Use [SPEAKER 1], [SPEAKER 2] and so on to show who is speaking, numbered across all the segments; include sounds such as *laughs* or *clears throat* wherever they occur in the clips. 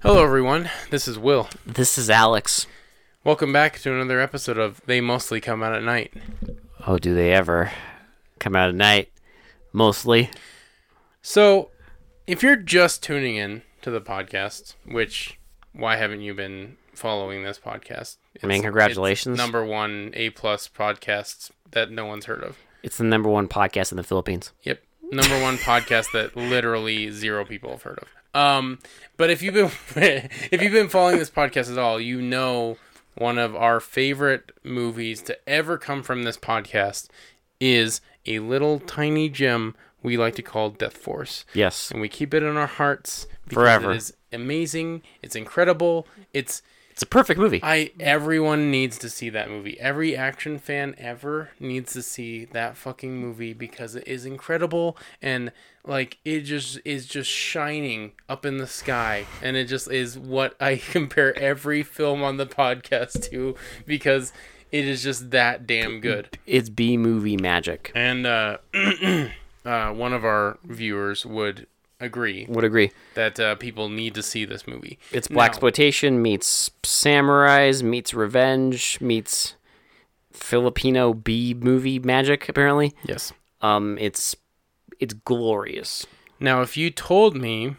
[SPEAKER 1] Hello, everyone. This is Will.
[SPEAKER 2] This is Alex.
[SPEAKER 1] Welcome back to another episode of They Mostly Come Out at Night.
[SPEAKER 2] Oh, do they ever come out at night? Mostly.
[SPEAKER 1] So, if you're just tuning in to the podcast, which why haven't you been following this podcast?
[SPEAKER 2] I mean,
[SPEAKER 1] It's-
[SPEAKER 2] congratulations.
[SPEAKER 1] it's number one A plus podcast that no one's heard of.
[SPEAKER 2] It's the number one podcast in the Philippines.
[SPEAKER 1] Yep, number one podcast that literally zero people have heard of. Um, but if you've been *laughs* if you've been following this podcast at all, you know one of our favorite movies to ever come from this podcast is a little tiny gem we like to call Death Force,
[SPEAKER 2] Yes.
[SPEAKER 1] and we keep it in our hearts because
[SPEAKER 2] Forever.
[SPEAKER 1] It is amazing. It's incredible. It's
[SPEAKER 2] It's a perfect movie.
[SPEAKER 1] I everyone needs to see that movie. Every action fan ever needs to see that fucking movie because it is incredible and like it just is just shining up in the sky and it just is what I *laughs* compare every film on the podcast to because it is just that damn good.
[SPEAKER 2] It's B movie magic.
[SPEAKER 1] And uh, *clears throat* uh one of our viewers would agree
[SPEAKER 2] Would agree.
[SPEAKER 1] that uh, people need to see this movie.
[SPEAKER 2] It's black
[SPEAKER 1] Now-
[SPEAKER 2] exploitation meets samurais meets revenge meets Filipino B movie magic. Apparently,
[SPEAKER 1] Yes.
[SPEAKER 2] um, it's it's glorious.
[SPEAKER 1] Now, if you told me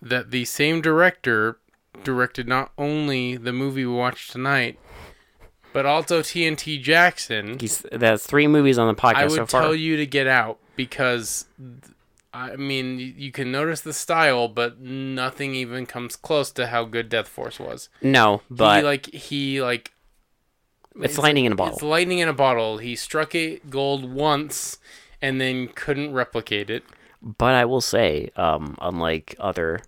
[SPEAKER 1] that the same director directed not only the movie we watched tonight, but also TNT Jackson,
[SPEAKER 2] He's that's three movies on the podcast
[SPEAKER 1] I
[SPEAKER 2] so
[SPEAKER 1] would
[SPEAKER 2] far.
[SPEAKER 1] tell you to get out because, th- I mean, y- you can notice the style, but nothing even comes close to how good Death Force was.
[SPEAKER 2] no, but
[SPEAKER 1] he, like he like
[SPEAKER 2] it's lightning in a bottle.
[SPEAKER 1] it's lightning in a bottle. He struck it gold once, and then couldn't replicate it.
[SPEAKER 2] But I will say, um, unlike other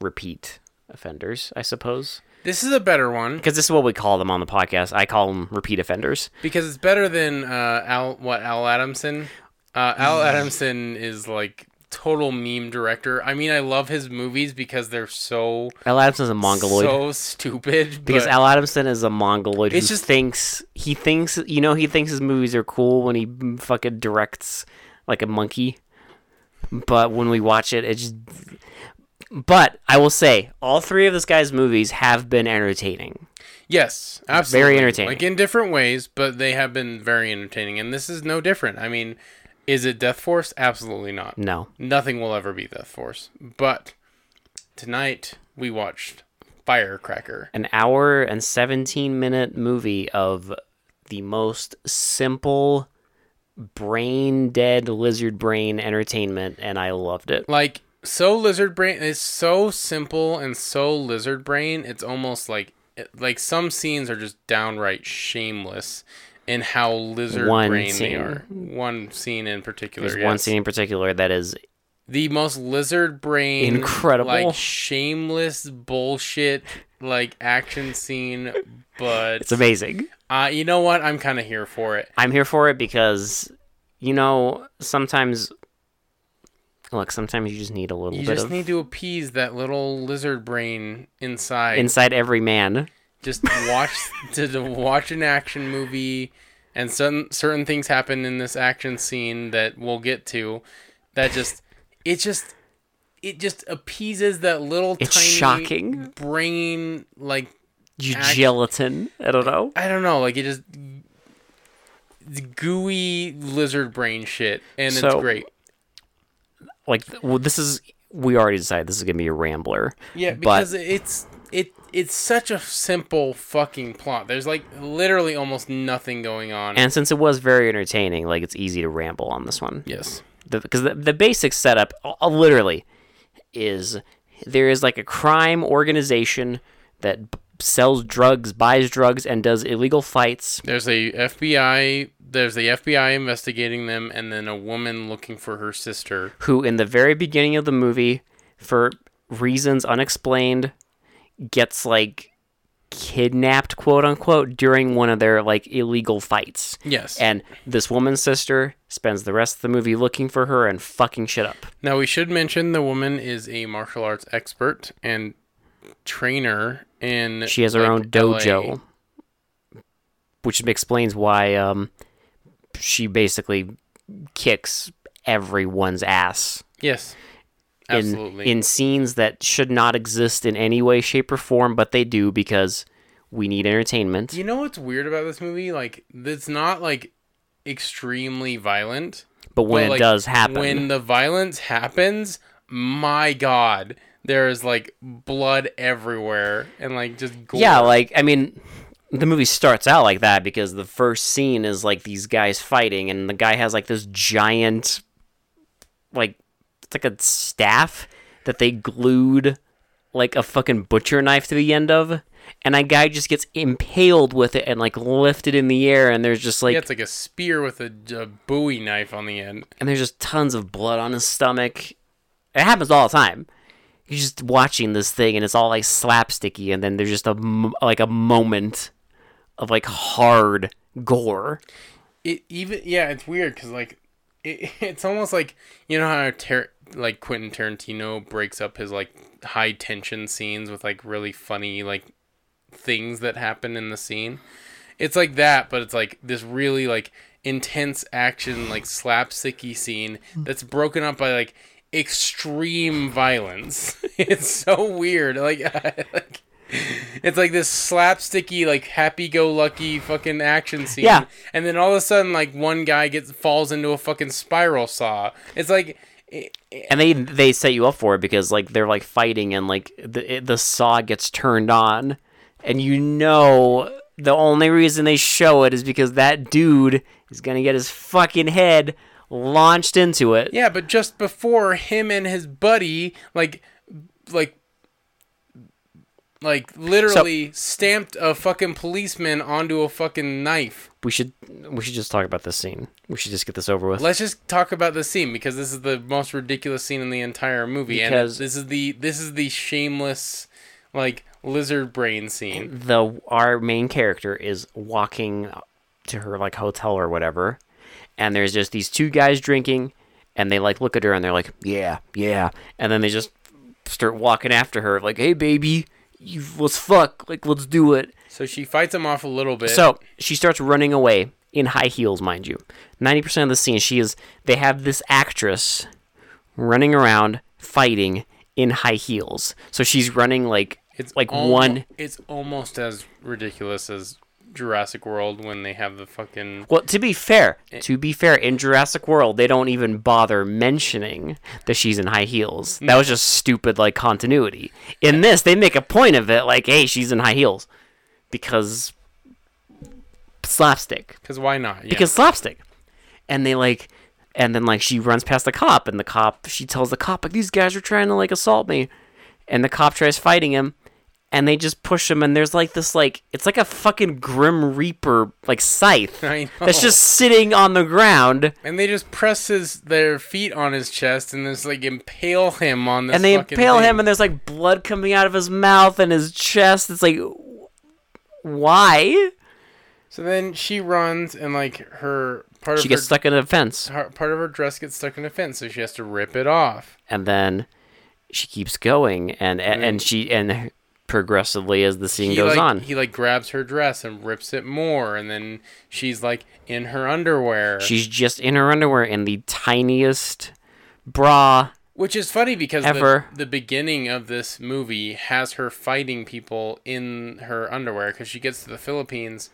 [SPEAKER 2] repeat offenders, I suppose,
[SPEAKER 1] This is a better one.
[SPEAKER 2] because this is what we call them on the podcast. I call them repeat offenders.
[SPEAKER 1] because it's better than uh, Al what Al Adamson. Uh, Al
[SPEAKER 2] Mm.
[SPEAKER 1] Adamson is like total meme director. I mean, I love his movies because they're so
[SPEAKER 2] Al Adamson is a mongoloid
[SPEAKER 1] so stupid.
[SPEAKER 2] because
[SPEAKER 1] but
[SPEAKER 2] Al Adamson is a mongoloid who
[SPEAKER 1] It's just-
[SPEAKER 2] thinks he thinks you know he thinks his movies are cool when he m- fucking directs like a monkey, but when we watch it, it just. But I will say, all three of this guy's movies have been entertaining.
[SPEAKER 1] yes, absolutely
[SPEAKER 2] entertaining.
[SPEAKER 1] Like in different ways, but they have been very entertaining, and this is no different. I mean, is it Death Force? Absolutely not.
[SPEAKER 2] No,
[SPEAKER 1] Nothing will ever be Death Force. But tonight we watched Firecracker.
[SPEAKER 2] an hour and 17 minute movie of the most simple brain dead lizard brain entertainment and i loved it
[SPEAKER 1] like so lizard brain is so simple and so lizard brain it's almost like like some scenes are just downright shameless in how lizard
[SPEAKER 2] One
[SPEAKER 1] brain they
[SPEAKER 2] scene.
[SPEAKER 1] are one scene in particular
[SPEAKER 2] there's
[SPEAKER 1] yes.
[SPEAKER 2] one scene in particular that is
[SPEAKER 1] the most lizard brain
[SPEAKER 2] Incredible.
[SPEAKER 1] like shameless bullshit like action scene but
[SPEAKER 2] it's amazing
[SPEAKER 1] uh, you know what i'm kind of here for it
[SPEAKER 2] i'm here for it because you know sometimes look sometimes you just need a little
[SPEAKER 1] you
[SPEAKER 2] bit
[SPEAKER 1] just
[SPEAKER 2] of
[SPEAKER 1] need to appease that little lizard brain inside
[SPEAKER 2] inside every man
[SPEAKER 1] just watch *laughs* to, to watch an action movie and some certain things happen in this action scene that we'll get to that just it just it just appeases that little
[SPEAKER 2] It's
[SPEAKER 1] tiny
[SPEAKER 2] shocking.
[SPEAKER 1] brain like
[SPEAKER 2] you
[SPEAKER 1] Act-
[SPEAKER 2] gelatin i don't know
[SPEAKER 1] I don't know like it just the gooey lizard brain shit and it's
[SPEAKER 2] So-
[SPEAKER 1] great
[SPEAKER 2] like th- well, this is we already decided this is gonna be a rambler
[SPEAKER 1] yeah because it's it it's such a simple fucking plot there's like literally almost nothing going on
[SPEAKER 2] And since it was very entertaining, like it's easy to ramble on this one.
[SPEAKER 1] yes
[SPEAKER 2] Because the, the, basic setup, uh, literally, is there is like a crime organization that b- sells drugs, buys drugs, and does illegal fights.
[SPEAKER 1] There's a FBI. There's the FBI investigating them, and then a woman looking for her sister.
[SPEAKER 2] Who, in the very beginning of the movie, for reasons unexplained, gets like kidnapped, quote unquote, during one of their like illegal fights.
[SPEAKER 1] Yes.
[SPEAKER 2] And this woman's sister spends the rest of the movie looking for her and fucking shit up.
[SPEAKER 1] now we should mention the woman is a martial arts expert and trainer in.
[SPEAKER 2] She has her
[SPEAKER 1] like,
[SPEAKER 2] own
[SPEAKER 1] LA.
[SPEAKER 2] dojo, which explains why um, she basically kicks everyone's ass
[SPEAKER 1] Yes.
[SPEAKER 2] in,
[SPEAKER 1] Absolutely.
[SPEAKER 2] in scenes that should not exist in any way, shape, or form, but they do because we need entertainment.
[SPEAKER 1] You know what's weird about this movie? Like, it's not like extremely violent.
[SPEAKER 2] but when
[SPEAKER 1] but, like,
[SPEAKER 2] it does happen,
[SPEAKER 1] When the violence happens, my god, there is like blood everywhere and like just gore.
[SPEAKER 2] yeah, like I mean, the movie starts out like that because the first scene is like these guys fighting, and the guy has like this giant, like it's like a staff that they glued like a fucking butcher knife to the end of. And that guy just gets impaled with it and like lifted in the air, and there's just like
[SPEAKER 1] Yeah, it's like a spear with a, a Bowie knife on the end.
[SPEAKER 2] and there's just tons of blood on his stomach. It happens all the time. You're just watching this thing, and it's all like slapsticky, and then there's just a m- like a moment of like hard gore.
[SPEAKER 1] It even yeah, it's weird because like it, *laughs* it's almost like you know how Tar- like Quentin Tarantino breaks up his like high tension scenes with like really funny like things that happen in the scene. It's like that, but it's like this really like intense action like slapsticky scene that's broken up by like extreme violence. *laughs* it's so weird. Like, *laughs* like it's like this slapsticky like happy-go-lucky fucking action scene
[SPEAKER 2] Yeah.
[SPEAKER 1] and then all of a sudden like one guy gets falls into a fucking spiral saw it's like it, it-
[SPEAKER 2] And they they set you up for it because like they're like fighting, and like the it, the saw gets turned on, and you know the only reason they show it is because that dude is gonna get his fucking head launched into it.
[SPEAKER 1] yeah but just before him and his buddy like like like literally stamped a fucking policeman onto a fucking knife
[SPEAKER 2] We should we should just talk about this scene. We should just get this over with.
[SPEAKER 1] let's just talk about the scene because this is the most ridiculous scene in the entire movie
[SPEAKER 2] Because-
[SPEAKER 1] and this is the this is the shameless like lizard brain scene
[SPEAKER 2] the our main character is walking to her like hotel or whatever and there's just these two guys drinking and they like look at her and they're like yeah yeah and then they just start walking after her like hey baby you let's fuck like let's do it
[SPEAKER 1] so she fights him off a little bit
[SPEAKER 2] so she starts running away in high heels, mind you. Ninety percent of the scene, she is. They have this actress running around fighting in high heels. So she's running like it's like
[SPEAKER 1] almo-
[SPEAKER 2] one.
[SPEAKER 1] It's almost as ridiculous as Jurassic World when they have the fucking.
[SPEAKER 2] Well, to be fair, to be fair, in Jurassic World, they don't even bother mentioning that she's in high heels. That was just stupid, like continuity. In this, they make a point of it, like, "Hey, she's in high heels," because slapstick.
[SPEAKER 1] Because why not? Yeah.
[SPEAKER 2] because slapstick. And they like, and then like she runs past the cop, and the cop she tells the cop like these guys are trying to like assault me, and the cop tries fighting him, and they just push him, and there's like this like it's like a fucking grim reaper like scythe
[SPEAKER 1] *laughs* I know.
[SPEAKER 2] that's just sitting on the ground,
[SPEAKER 1] and they just press his their feet on his chest and just like impale him on this.
[SPEAKER 2] and they
[SPEAKER 1] fucking
[SPEAKER 2] impale
[SPEAKER 1] thing.
[SPEAKER 2] him, and there's like blood coming out of his mouth and his chest. It's like, w- why?
[SPEAKER 1] So then she runs and like her part
[SPEAKER 2] She
[SPEAKER 1] of her,
[SPEAKER 2] gets stuck in a fence.
[SPEAKER 1] her- part of her dress gets stuck in a fence, so she has to rip it off.
[SPEAKER 2] and then she keeps going and and, and she and progressively as the scene
[SPEAKER 1] He
[SPEAKER 2] goes
[SPEAKER 1] like,
[SPEAKER 2] on
[SPEAKER 1] He like grabs her dress and rips it more, and then she's like in her underwear.
[SPEAKER 2] she's just in her underwear in the tiniest bra
[SPEAKER 1] Which is funny because the,
[SPEAKER 2] Ever.
[SPEAKER 1] the beginning of this movie has her fighting people in her underwear because she gets to the Philippines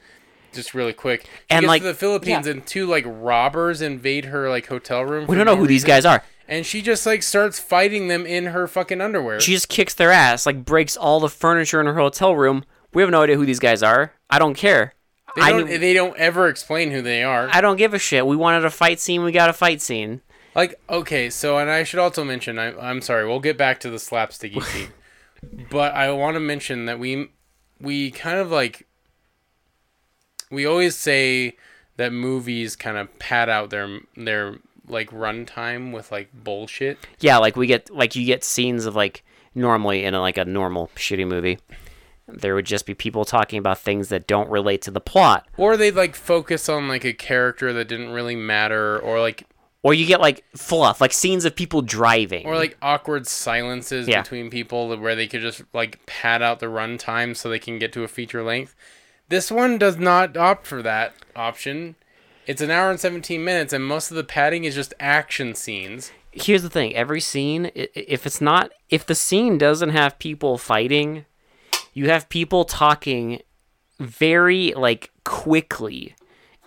[SPEAKER 1] just really quick. She
[SPEAKER 2] And,
[SPEAKER 1] gets
[SPEAKER 2] like-
[SPEAKER 1] to the Philippines and two like robbers invade her like hotel room.
[SPEAKER 2] we don't know who these guys are
[SPEAKER 1] And she just like starts fighting them in her fucking underwear.
[SPEAKER 2] she just kicks their ass like breaks all the furniture in her hotel room we have no idea who these guys are i don't care
[SPEAKER 1] they
[SPEAKER 2] I,
[SPEAKER 1] don't
[SPEAKER 2] don't,
[SPEAKER 1] they don't ever explain who they are.
[SPEAKER 2] I don't give a shit we wanted a fight scene we got a fight scene
[SPEAKER 1] Like okay, so and I should also mention I, I'm sorry. We'll get back to the slapsticky scene, but I want to mention that we we kind of like we always say that movies kind of pad out their their like runtime with like bullshit.
[SPEAKER 2] yeah like we get like you get scenes of like normally in a, like a normal shitty movie there would just be people talking about things that don't relate to the plot
[SPEAKER 1] Or they like focus on like a character that didn't really matter, or like
[SPEAKER 2] or you get like fluff, like scenes of people driving.
[SPEAKER 1] or like awkward silences
[SPEAKER 2] Yeah.
[SPEAKER 1] between people where they could just like pad out the runtime so they can get to a feature length. This one does not opt for that option. It's an hour and 17 minutes, and most of the padding is just action scenes.
[SPEAKER 2] here's the thing every scene i- i- if it's not if the scene doesn't have people fighting you have people talking very like quickly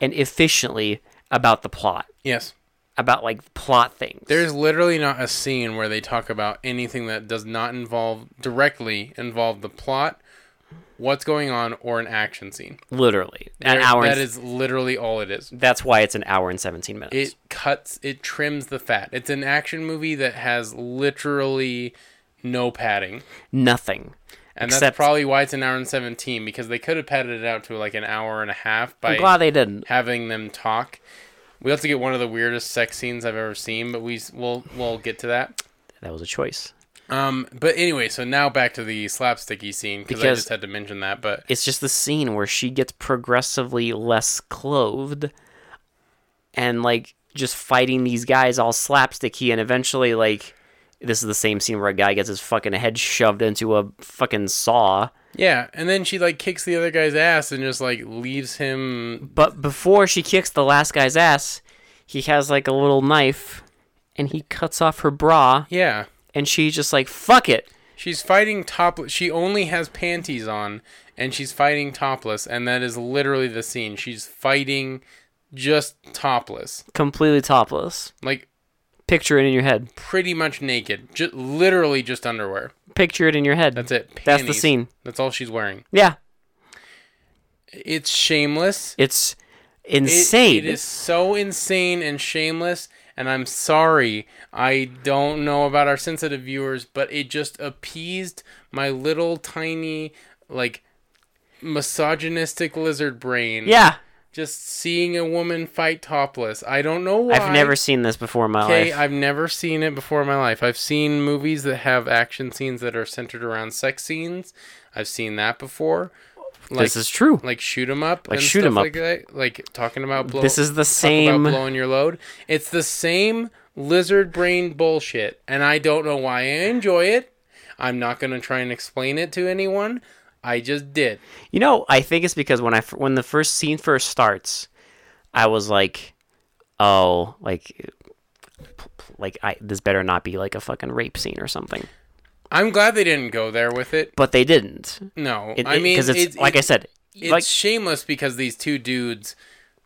[SPEAKER 2] and efficiently about the plot
[SPEAKER 1] Yes.
[SPEAKER 2] about like plot things
[SPEAKER 1] There's literally not a scene where they talk about anything that does not involve directly involve the plot, what's going on, or an action scene.
[SPEAKER 2] literally an
[SPEAKER 1] There-
[SPEAKER 2] hour and,
[SPEAKER 1] That is literally all it is.
[SPEAKER 2] that's why it's an hour and 17 minutes
[SPEAKER 1] It cuts, it trims the fat. It's an action movie that has literally no padding.
[SPEAKER 2] nothing
[SPEAKER 1] And
[SPEAKER 2] Except-
[SPEAKER 1] that's probably why it's an hour and 17 because they could have padded it out to like an hour and a half by
[SPEAKER 2] i'm glad they didn't
[SPEAKER 1] having them talk. We have to get one of the weirdest sex scenes I've ever seen, but we s- we'll we'll get to that.
[SPEAKER 2] that was a choice
[SPEAKER 1] Um, but anyway, so now back to the slapsticky scene because I
[SPEAKER 2] Because-
[SPEAKER 1] just had to mention that. But
[SPEAKER 2] it's just the scene where she gets progressively less clothed and like just fighting these guys all slapsticky and eventually like this is the same scene where a guy gets his fucking head shoved into a fucking saw
[SPEAKER 1] yeah, and then she like kicks the other guy's ass and just like leaves him.
[SPEAKER 2] but before she kicks the last guy's ass he has like a little knife and he cuts off her bra
[SPEAKER 1] Yeah,
[SPEAKER 2] and she's just like fuck it
[SPEAKER 1] she's fighting topless. She only has panties on, and she's fighting topless, and that is literally the scene. She's fighting just topless,
[SPEAKER 2] completely topless
[SPEAKER 1] like
[SPEAKER 2] picture it in your head
[SPEAKER 1] pretty much naked, just literally just underwear.
[SPEAKER 2] picture it in your head
[SPEAKER 1] That's it.
[SPEAKER 2] That's the
[SPEAKER 1] Panties.
[SPEAKER 2] scene.
[SPEAKER 1] That's all she's wearing.
[SPEAKER 2] yeah
[SPEAKER 1] It's shameless.
[SPEAKER 2] it's
[SPEAKER 1] It-
[SPEAKER 2] insane
[SPEAKER 1] it is so insane and shameless. And I'm sorry. I don't know about our sensitive viewers, but it just appeased my little tiny, like, misogynistic lizard brain.
[SPEAKER 2] yeah
[SPEAKER 1] Just seeing a woman fight topless. I don't know why.
[SPEAKER 2] I've never seen this before in my
[SPEAKER 1] Okay,
[SPEAKER 2] life.
[SPEAKER 1] I've never seen it before in my life. I've seen movies that have action scenes that are centered around sex scenes. I've seen that before. Like,
[SPEAKER 2] this is true.
[SPEAKER 1] like shoot 'em up
[SPEAKER 2] Like
[SPEAKER 1] and
[SPEAKER 2] shoot
[SPEAKER 1] stuff
[SPEAKER 2] 'em up.
[SPEAKER 1] like that. Like talking about blow,
[SPEAKER 2] this is the
[SPEAKER 1] talking about
[SPEAKER 2] same.
[SPEAKER 1] blowing your load. It's the same lizard brain bullshit, and I don't know why I enjoy it. I'm not gonna try and explain it to anyone. I just did.
[SPEAKER 2] You know, I think it's because when I f- when the first scene first starts, I was like, oh, like, p- p- like I this better not be like a fucking rape scene or something.
[SPEAKER 1] I'm glad they didn't go there with it.
[SPEAKER 2] But they didn't.
[SPEAKER 1] No,
[SPEAKER 2] It,
[SPEAKER 1] I mean,
[SPEAKER 2] because it's
[SPEAKER 1] it-
[SPEAKER 2] like I said,
[SPEAKER 1] it's
[SPEAKER 2] like
[SPEAKER 1] shameless because these two dudes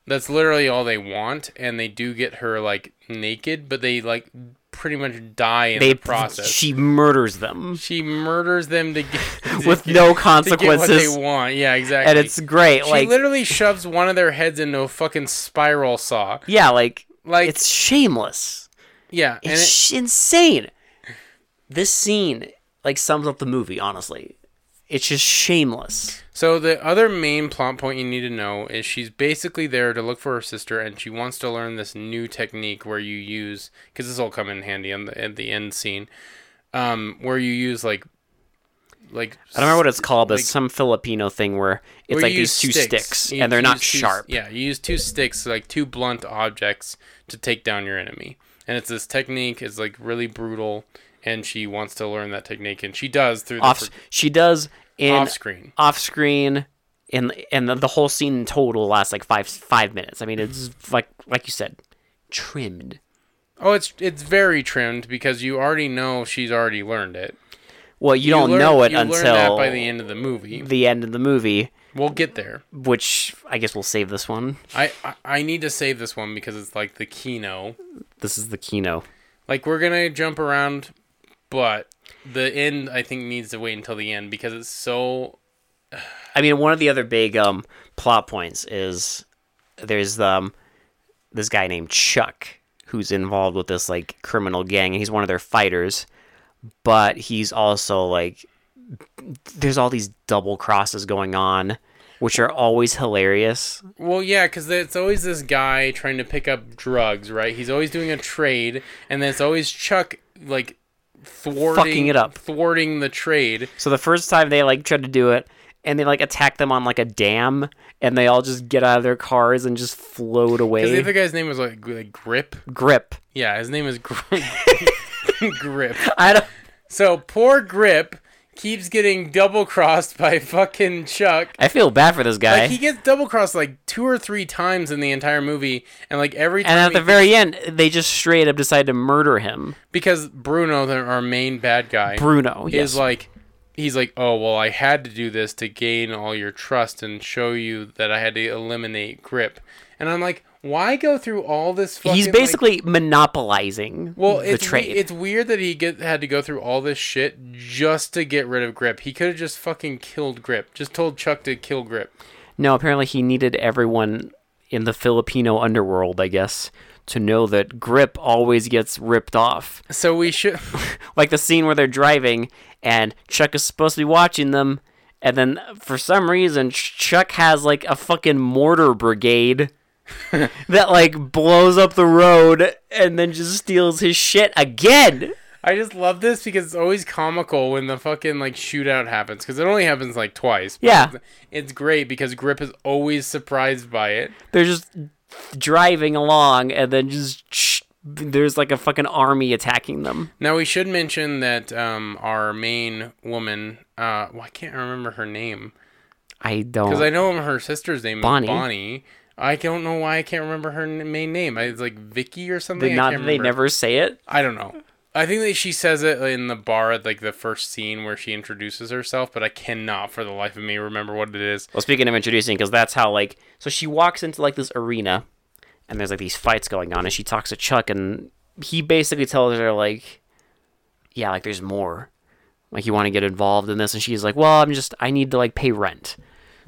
[SPEAKER 1] that's literally all they want and they do get her like naked but they like pretty much die in
[SPEAKER 2] they
[SPEAKER 1] the process
[SPEAKER 2] *laughs*
[SPEAKER 1] she,
[SPEAKER 2] she murders them
[SPEAKER 1] murders them to
[SPEAKER 2] *laughs*
[SPEAKER 1] get to
[SPEAKER 2] with
[SPEAKER 1] get- to get
[SPEAKER 2] no
[SPEAKER 1] what they
[SPEAKER 2] consequences,
[SPEAKER 1] want yeah exactly
[SPEAKER 2] and it's great.
[SPEAKER 1] she
[SPEAKER 2] like,
[SPEAKER 1] literally shoves one of their heads into a fucking spiral
[SPEAKER 2] *laughs*
[SPEAKER 1] saw
[SPEAKER 2] yeah, like
[SPEAKER 1] like
[SPEAKER 2] it's shameless.
[SPEAKER 1] yeah and
[SPEAKER 2] It's
[SPEAKER 1] it-
[SPEAKER 2] sh- insane. This scene like sums up the movie. Honestly, it's just shameless.
[SPEAKER 1] So the other main plot point you need to know is she's basically there to look for her sister, and she wants to learn this new technique where you use because this will come in handy on the at the end scene, um, where you use like, like
[SPEAKER 2] I don't remember what it's called, but it's
[SPEAKER 1] like-
[SPEAKER 2] some Filipino thing where it's
[SPEAKER 1] where
[SPEAKER 2] like
[SPEAKER 1] you
[SPEAKER 2] these
[SPEAKER 1] use
[SPEAKER 2] two sticks,
[SPEAKER 1] You
[SPEAKER 2] and they're not
[SPEAKER 1] use two-
[SPEAKER 2] sharp.
[SPEAKER 1] Yeah, you use two sticks, like two blunt objects, to take down your enemy, and it's this technique. It's like really brutal, and she wants to learn that technique, and she does through the
[SPEAKER 2] Off, she does in
[SPEAKER 1] off
[SPEAKER 2] off,
[SPEAKER 1] screen.
[SPEAKER 2] screen, and and the, the whole scene in total lasts like five five minutes. I mean, it's
[SPEAKER 1] Mm-hmm.
[SPEAKER 2] like like you said, trimmed.
[SPEAKER 1] Oh, it's it's very trimmed because you already know she's already learned it.
[SPEAKER 2] Well, you, don't know it
[SPEAKER 1] you learn
[SPEAKER 2] until
[SPEAKER 1] that by the end of the movie.
[SPEAKER 2] the end of the movie,
[SPEAKER 1] We'll get there.
[SPEAKER 2] which I guess we'll save this one.
[SPEAKER 1] I, I I need to save this one because it's like the keynote.
[SPEAKER 2] This is the keynote.
[SPEAKER 1] Like we're gonna jump around, but the end I think needs to wait until the end because it's so
[SPEAKER 2] I mean, one of the other big um, plot points is there's um, this guy named Chuck who's involved with this like criminal gang, and he's one of their fighters. But he's also like, there's all these double crosses going on, which are always hilarious.
[SPEAKER 1] well yeah because it's always this guy trying to pick up drugs right. He's always doing a trade, and then it's always Chuck like thwarting
[SPEAKER 2] Fucking it up.
[SPEAKER 1] thwarting the trade.
[SPEAKER 2] So the first time they like tried to do it, and they like attack them on like a dam, and they all just get out of their cars and just float
[SPEAKER 1] Because the
[SPEAKER 2] away.
[SPEAKER 1] other guy's name was like, like Grip.
[SPEAKER 2] Grip.
[SPEAKER 1] Yeah, his name is *laughs* Grip. Grip.
[SPEAKER 2] I don't.
[SPEAKER 1] So poor Grip keeps getting double crossed by fucking Chuck.
[SPEAKER 2] I feel bad for this guy.
[SPEAKER 1] Like he gets double crossed like two or three times in the entire movie, and like every time
[SPEAKER 2] and at
[SPEAKER 1] he-
[SPEAKER 2] the very end, they just straight up decide to murder him.
[SPEAKER 1] because Bruno, the, our main bad guy,
[SPEAKER 2] Bruno, yes.
[SPEAKER 1] is like he's like, oh well, I had to do this to gain all your trust and show you that I had to eliminate Grip, and I'm like, why go through all this? Fucking,
[SPEAKER 2] He's
[SPEAKER 1] like-
[SPEAKER 2] basically monopolizing
[SPEAKER 1] well,
[SPEAKER 2] the
[SPEAKER 1] it's, we-
[SPEAKER 2] trade.
[SPEAKER 1] it's weird that he get, had to go through all this shit just to get rid of Grip. He could have just fucking killed Grip. Just told Chuck to kill Grip.
[SPEAKER 2] no, apparently he needed everyone in the Filipino underworld, I guess, to know that Grip always gets ripped off.
[SPEAKER 1] So we should. *laughs*
[SPEAKER 2] like the scene where they're driving and Chuck is supposed to be watching them, and then for some reason Ch- Chuck has like a fucking
[SPEAKER 1] *laughs*
[SPEAKER 2] mortar brigade that like blows up the road and then just steals his shit again.
[SPEAKER 1] I just love this because it's always comical when the fucking like shootout happens because it only happens like twice. but *laughs*
[SPEAKER 2] Yeah.
[SPEAKER 1] it's, it's great because Grip is always surprised by it.
[SPEAKER 2] They're just driving along and then just ch- there's like a fucking army attacking them.
[SPEAKER 1] Now we should mention that um, our main woman, uh, well, I can't remember her name
[SPEAKER 2] I
[SPEAKER 1] because
[SPEAKER 2] don't.
[SPEAKER 1] I know her sister's name
[SPEAKER 2] Bonnie.
[SPEAKER 1] is Bonnie. I don't know why I can't remember her n- main name. I, it's like Vicky or something.
[SPEAKER 2] did
[SPEAKER 1] I
[SPEAKER 2] not
[SPEAKER 1] can't
[SPEAKER 2] that they
[SPEAKER 1] remember.
[SPEAKER 2] never say it.
[SPEAKER 1] I don't know. I think that she says it in the bar at like the first scene where she introduces herself, but I cannot for the life of me remember what it is.
[SPEAKER 2] Well, speaking of introducing, because that's how like so she walks into like this arena, and there's like these fights going on, and she talks to Chuck, and he basically tells her like, yeah, like there's more, like you want to get involved in this, and she's like, well, I'm just I need to like pay rent,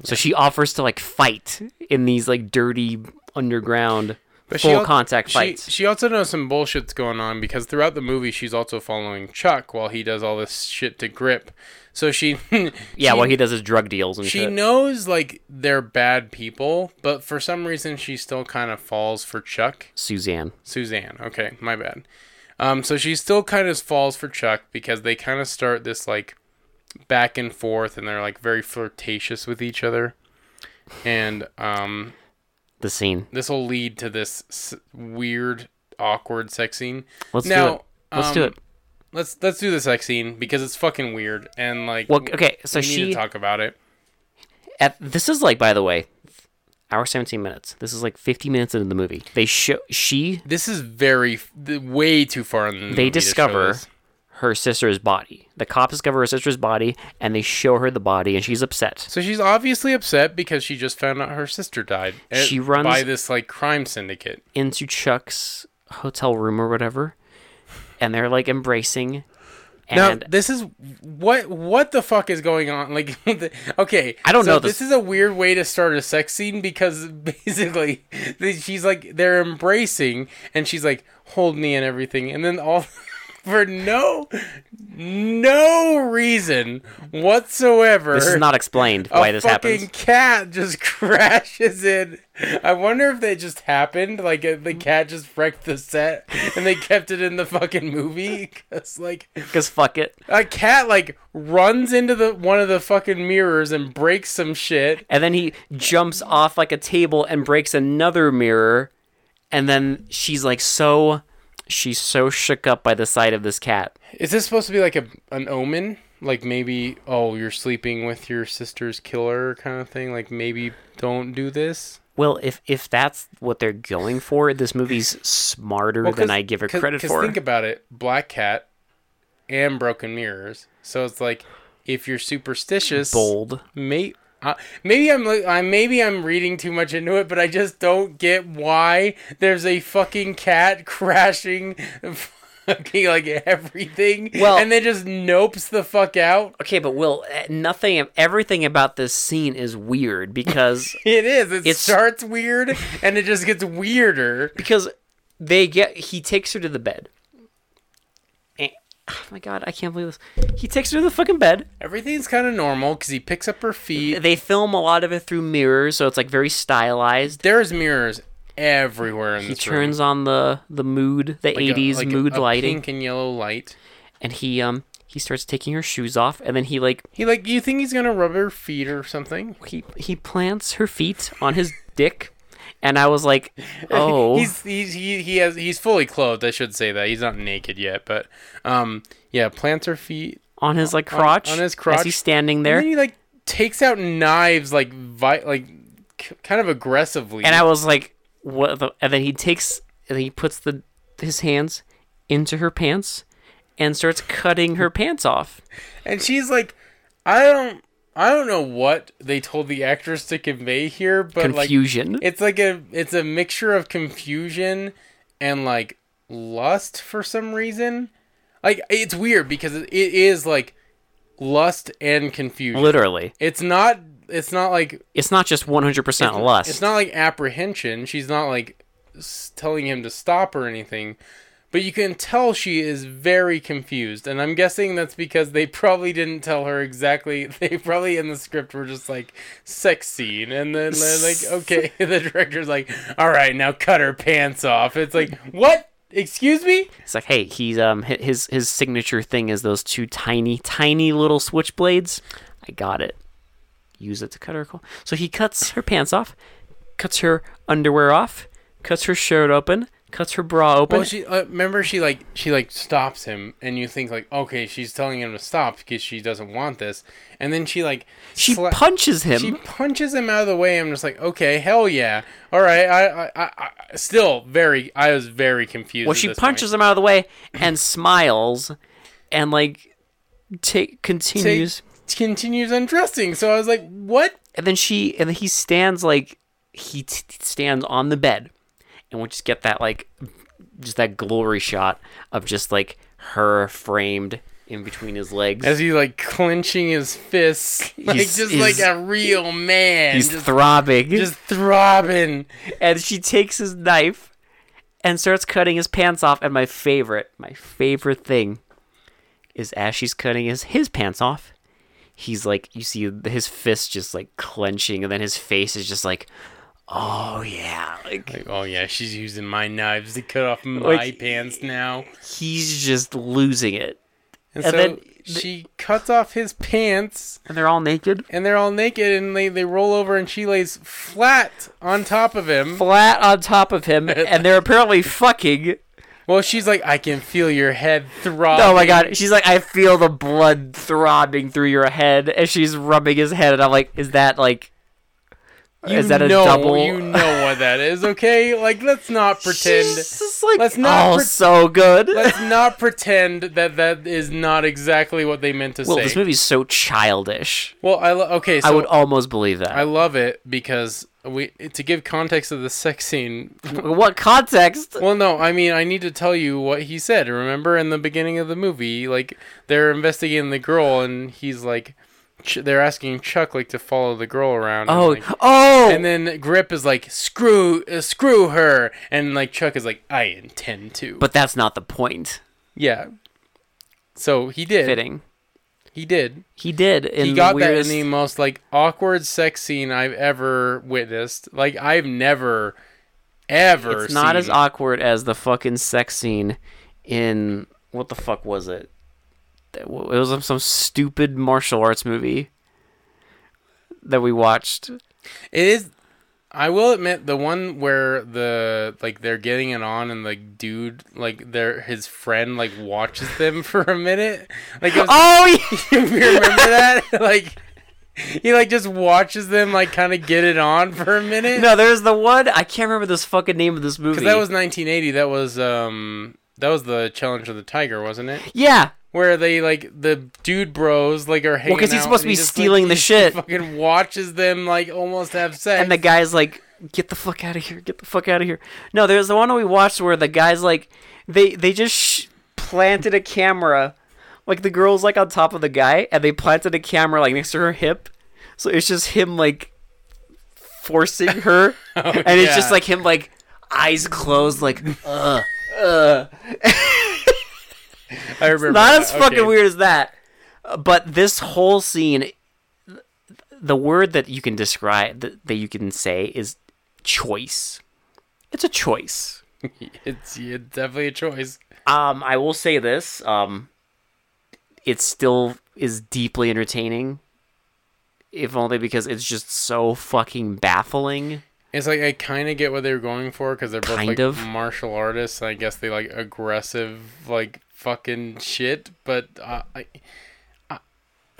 [SPEAKER 2] so she offers to like fight in these like dirty underground
[SPEAKER 1] But she
[SPEAKER 2] full
[SPEAKER 1] al-
[SPEAKER 2] contact
[SPEAKER 1] she-
[SPEAKER 2] fights.
[SPEAKER 1] She also knows some bullshit's going on because throughout the movie she's also following Chuck while he does all this shit to Grip. So she *laughs*
[SPEAKER 2] yeah,
[SPEAKER 1] she,
[SPEAKER 2] well, he does his drug deals and
[SPEAKER 1] she
[SPEAKER 2] shit.
[SPEAKER 1] knows like they're bad people, but for some reason she still kind of falls for Chuck.
[SPEAKER 2] Suzanne.
[SPEAKER 1] Suzanne. Okay, my bad. Um, so she still kind of falls for Chuck because they kind of start this like back and forth, and they're like very flirtatious with each other, and um,
[SPEAKER 2] The scene.
[SPEAKER 1] this will lead to this s- weird, awkward sex scene.
[SPEAKER 2] Let's do
[SPEAKER 1] Now,
[SPEAKER 2] it. Let's do
[SPEAKER 1] um,
[SPEAKER 2] it.
[SPEAKER 1] Let's let's do the sex scene because it's fucking weird and like
[SPEAKER 2] Well, okay. So
[SPEAKER 1] we
[SPEAKER 2] she
[SPEAKER 1] need to talk about it.
[SPEAKER 2] at this is like by the way hour 17 minutes this is like 50 minutes into the movie they show she
[SPEAKER 1] This is very f- th- way too far in the movie
[SPEAKER 2] they
[SPEAKER 1] to show
[SPEAKER 2] discover
[SPEAKER 1] this.
[SPEAKER 2] her sister's body the cops discover her sister's body and they show her the body and she's upset
[SPEAKER 1] So she's obviously upset because she just found out her sister died. eh,
[SPEAKER 2] She runs-
[SPEAKER 1] by this like crime syndicate.
[SPEAKER 2] into chuck's hotel room or whatever and they're like embracing and
[SPEAKER 1] now this is what what the fuck is going on? *laughs* Like, the, okay,
[SPEAKER 2] I don't
[SPEAKER 1] so
[SPEAKER 2] know
[SPEAKER 1] This.
[SPEAKER 2] this-
[SPEAKER 1] is a weird way to start a sex scene because *laughs* basically they- she's like they're embracing and she's like hold me and everything, and then all *laughs* for no no reason whatsoever.
[SPEAKER 2] this is not explained why this
[SPEAKER 1] fucking
[SPEAKER 2] happens
[SPEAKER 1] cat just *laughs* crashes in. I wonder if that just happened. Like if the cat just wrecked the set, and they kept it in the fucking movie. *laughs* Cause like
[SPEAKER 2] because fuck it
[SPEAKER 1] a cat like runs into the one of the fucking mirrors and breaks some shit.
[SPEAKER 2] and then he jumps off like a table and breaks another mirror and then she's like so she's so shook up by the sight of this cat
[SPEAKER 1] Is this supposed to be like a an omen? Like maybe oh you're sleeping with your sister's killer kind of thing. Like maybe don't do this.
[SPEAKER 2] Well, if if that's what they're going for, this movie's smarter than I give her credit for.
[SPEAKER 1] Think about it, Black Cat and Broken Mirrors. So it's like if you're superstitious,
[SPEAKER 2] Bold.
[SPEAKER 1] may, uh, maybe I'm li- I maybe I'm reading too much into it, but I just don't get why there's a fucking cat *laughs* crashing. fucking like everything,
[SPEAKER 2] Well-
[SPEAKER 1] and then just nopes the fuck out.
[SPEAKER 2] Okay, but Will, eh, nothing, everything about this scene is weird *laughs* because
[SPEAKER 1] It is. It
[SPEAKER 2] It's-
[SPEAKER 1] starts weird, and it just gets weirder.
[SPEAKER 2] because they get he takes her to the bed. And, oh my god, I can't believe this. He takes her to the fucking bed.
[SPEAKER 1] Everything's kind of normal because he picks up her feet.
[SPEAKER 2] They film a lot of it through mirrors, so it's like very stylized.
[SPEAKER 1] There's mirrors everywhere in
[SPEAKER 2] He
[SPEAKER 1] this room.
[SPEAKER 2] turns on the the mood, the
[SPEAKER 1] Like a-
[SPEAKER 2] 80s
[SPEAKER 1] like a-
[SPEAKER 2] mood
[SPEAKER 1] a
[SPEAKER 2] lighting,
[SPEAKER 1] pink and yellow light.
[SPEAKER 2] and he um he starts taking her shoes off, and then he like
[SPEAKER 1] He like, you think he's gonna rub her feet or something?
[SPEAKER 2] he he plants her feet on his *laughs* dick, and I was like, oh,
[SPEAKER 1] *laughs* he's, he's he he has he's fully clothed. I should say that he's not naked yet, but um, yeah, plants her feet
[SPEAKER 2] on his like crotch.
[SPEAKER 1] on his crotch.
[SPEAKER 2] As he's standing there.
[SPEAKER 1] And then he like takes out knives like vi- like k- kind of aggressively.
[SPEAKER 2] And I was like, what the? And then he takes and he puts the his hands into her pants and starts cutting her pants off.
[SPEAKER 1] And she's like, I don't, I don't know what they told the actress to convey here, but
[SPEAKER 2] Confusion.
[SPEAKER 1] like, it's like a, it's a mixture of confusion and like lust for some reason. Like it's weird because it it is like lust and confusion.
[SPEAKER 2] Literally,
[SPEAKER 1] It's not, it's not like,
[SPEAKER 2] it's not just one hundred percent lust.
[SPEAKER 1] it's not like apprehension. She's not like s- telling him to stop or anything. But you can tell she is very confused, and I'm guessing that's because they *laughs* probably didn't tell her exactly. *laughs* They probably in the script were just like sex scene, and then they're
[SPEAKER 2] *laughs*
[SPEAKER 1] like, okay, *laughs* the director's like, all right, now cut her pants off. It's like, what? Excuse me?
[SPEAKER 2] It's like, hey, he's um hi- his his signature thing is those two tiny, tiny little switchblades. I got it. Use it to cut her cl- So he cuts her pants off, cuts her underwear off, cuts her shirt open, cuts her bra open.
[SPEAKER 1] Well, she uh, remember she like she like stops him, and you think like, okay, she's telling him to stop because she doesn't want this, and then she like
[SPEAKER 2] she
[SPEAKER 1] sla-
[SPEAKER 2] punches him.
[SPEAKER 1] She punches him out of the way. I'm just like, okay, hell yeah, all right. I, I, I, I still very. I was very confused.
[SPEAKER 2] well,
[SPEAKER 1] at
[SPEAKER 2] she
[SPEAKER 1] this
[SPEAKER 2] punches him out of the way and smiles, and like take
[SPEAKER 1] Point.
[SPEAKER 2] continues.
[SPEAKER 1] She continues undressing. So I was like, what?
[SPEAKER 2] and then she and then he stands like he t- t- stands on the bed and we'll just get that like just that glory shot of just like her framed in between his legs
[SPEAKER 1] As he's like clenching his fists, *laughs* like
[SPEAKER 2] He's-
[SPEAKER 1] just
[SPEAKER 2] he's-
[SPEAKER 1] like a real man,
[SPEAKER 2] he's
[SPEAKER 1] just,
[SPEAKER 2] *laughs* throbbing
[SPEAKER 1] just throbbing.
[SPEAKER 2] and she takes his knife and starts cutting his pants off and my favorite my favorite thing is as she's cutting his his pants off he's like you see his fist just like clenching and then his face is just like oh yeah like
[SPEAKER 1] Like, oh yeah, she's using my knives to cut off my
[SPEAKER 2] Like-
[SPEAKER 1] pants now.
[SPEAKER 2] he's just losing it.
[SPEAKER 1] And,
[SPEAKER 2] and
[SPEAKER 1] so
[SPEAKER 2] then
[SPEAKER 1] she cuts off his pants.
[SPEAKER 2] And they're all naked.
[SPEAKER 1] And they're all naked, and they, they roll over, and she lays flat on top of him.
[SPEAKER 2] Flat on top
[SPEAKER 1] *laughs*
[SPEAKER 2] of him, and they're apparently fucking.
[SPEAKER 1] Well, she's like, I can feel your head throb.
[SPEAKER 2] Oh my god. She's like, I feel the blood throbbing through your head, and she's rubbing his head, and I'm like, is that like.
[SPEAKER 1] you
[SPEAKER 2] is that a
[SPEAKER 1] know,
[SPEAKER 2] double? *laughs*
[SPEAKER 1] You know what that is, okay? Like, let's not pretend.
[SPEAKER 2] She's just like,
[SPEAKER 1] Let's not
[SPEAKER 2] oh,
[SPEAKER 1] pret-
[SPEAKER 2] so good.
[SPEAKER 1] let's not pretend that that is not exactly what they meant to
[SPEAKER 2] *laughs* Well,
[SPEAKER 1] say.
[SPEAKER 2] this movie's so childish.
[SPEAKER 1] well, I lo- okay, so
[SPEAKER 2] I would almost believe that.
[SPEAKER 1] I love it because we to give context of the sex scene. *laughs*
[SPEAKER 2] what context?
[SPEAKER 1] Well, no, I mean I need to tell you what he said. Remember in the beginning of the movie, like they're investigating the girl, and he's like, ch- they're asking Chuck like to follow the girl around. and,
[SPEAKER 2] Oh,
[SPEAKER 1] like,
[SPEAKER 2] oh!
[SPEAKER 1] And then Grip is like, "Screw, uh, screw her," and like Chuck is like, "I intend to."
[SPEAKER 2] but that's not the point.
[SPEAKER 1] yeah, so he did.
[SPEAKER 2] Fitting.
[SPEAKER 1] He did.
[SPEAKER 2] He did. In
[SPEAKER 1] He
[SPEAKER 2] the
[SPEAKER 1] got
[SPEAKER 2] weirdest...
[SPEAKER 1] that in the most like awkward sex scene I've ever witnessed. Like I've never, ever.
[SPEAKER 2] It's not as
[SPEAKER 1] seen-
[SPEAKER 2] awkward as the fucking sex scene in what the fuck was it? That w- It was some stupid martial arts movie that
[SPEAKER 1] *laughs*
[SPEAKER 2] we watched.
[SPEAKER 1] It is. I will admit the one where the like they're getting it on and like dude like their his friend like watches them *laughs* for a minute. Like it was
[SPEAKER 2] Oh yeah, *laughs*
[SPEAKER 1] you remember that? *laughs* like he like just watches them like kind of get it on for a minute.
[SPEAKER 2] no, there's the one I can't remember this fucking name of this movie.
[SPEAKER 1] that was 1980. That was um that was the challenge of the tiger, wasn't it?
[SPEAKER 2] yeah,
[SPEAKER 1] Where they like the dude bros like are hanging.
[SPEAKER 2] 'cause he's
[SPEAKER 1] out
[SPEAKER 2] supposed to
[SPEAKER 1] and
[SPEAKER 2] be
[SPEAKER 1] he just,
[SPEAKER 2] stealing
[SPEAKER 1] like,
[SPEAKER 2] the
[SPEAKER 1] he
[SPEAKER 2] shit.
[SPEAKER 1] Fucking watches them like almost have sex. *laughs*
[SPEAKER 2] and the guy's like, "Get the fuck out of here! Get the fuck out of here!" No, there's the one we watched where the guys like they they just sh- planted a camera, like the girl's like on top of the guy, and they planted a camera like next to her hip, so it's just him like forcing her, and it's
[SPEAKER 1] Oh,
[SPEAKER 2] just
[SPEAKER 1] yeah.
[SPEAKER 2] like him like eyes closed, like ugh, ugh.
[SPEAKER 1] I remember
[SPEAKER 2] *laughs* Not
[SPEAKER 1] that.
[SPEAKER 2] as
[SPEAKER 1] Okay.
[SPEAKER 2] fucking weird as that. Uh, But this whole scene, th- the word that you can describe that, that you can say is choice. It's a choice.
[SPEAKER 1] It's, it's definitely a choice.
[SPEAKER 2] Um, I will say this. Um, it still is deeply entertaining, if only because it's just so fucking baffling.
[SPEAKER 1] It's like I kind of get what they were going for because they're both
[SPEAKER 2] Kind
[SPEAKER 1] like
[SPEAKER 2] of.
[SPEAKER 1] martial artists, and I guess they like aggressive like fucking shit. But uh, I,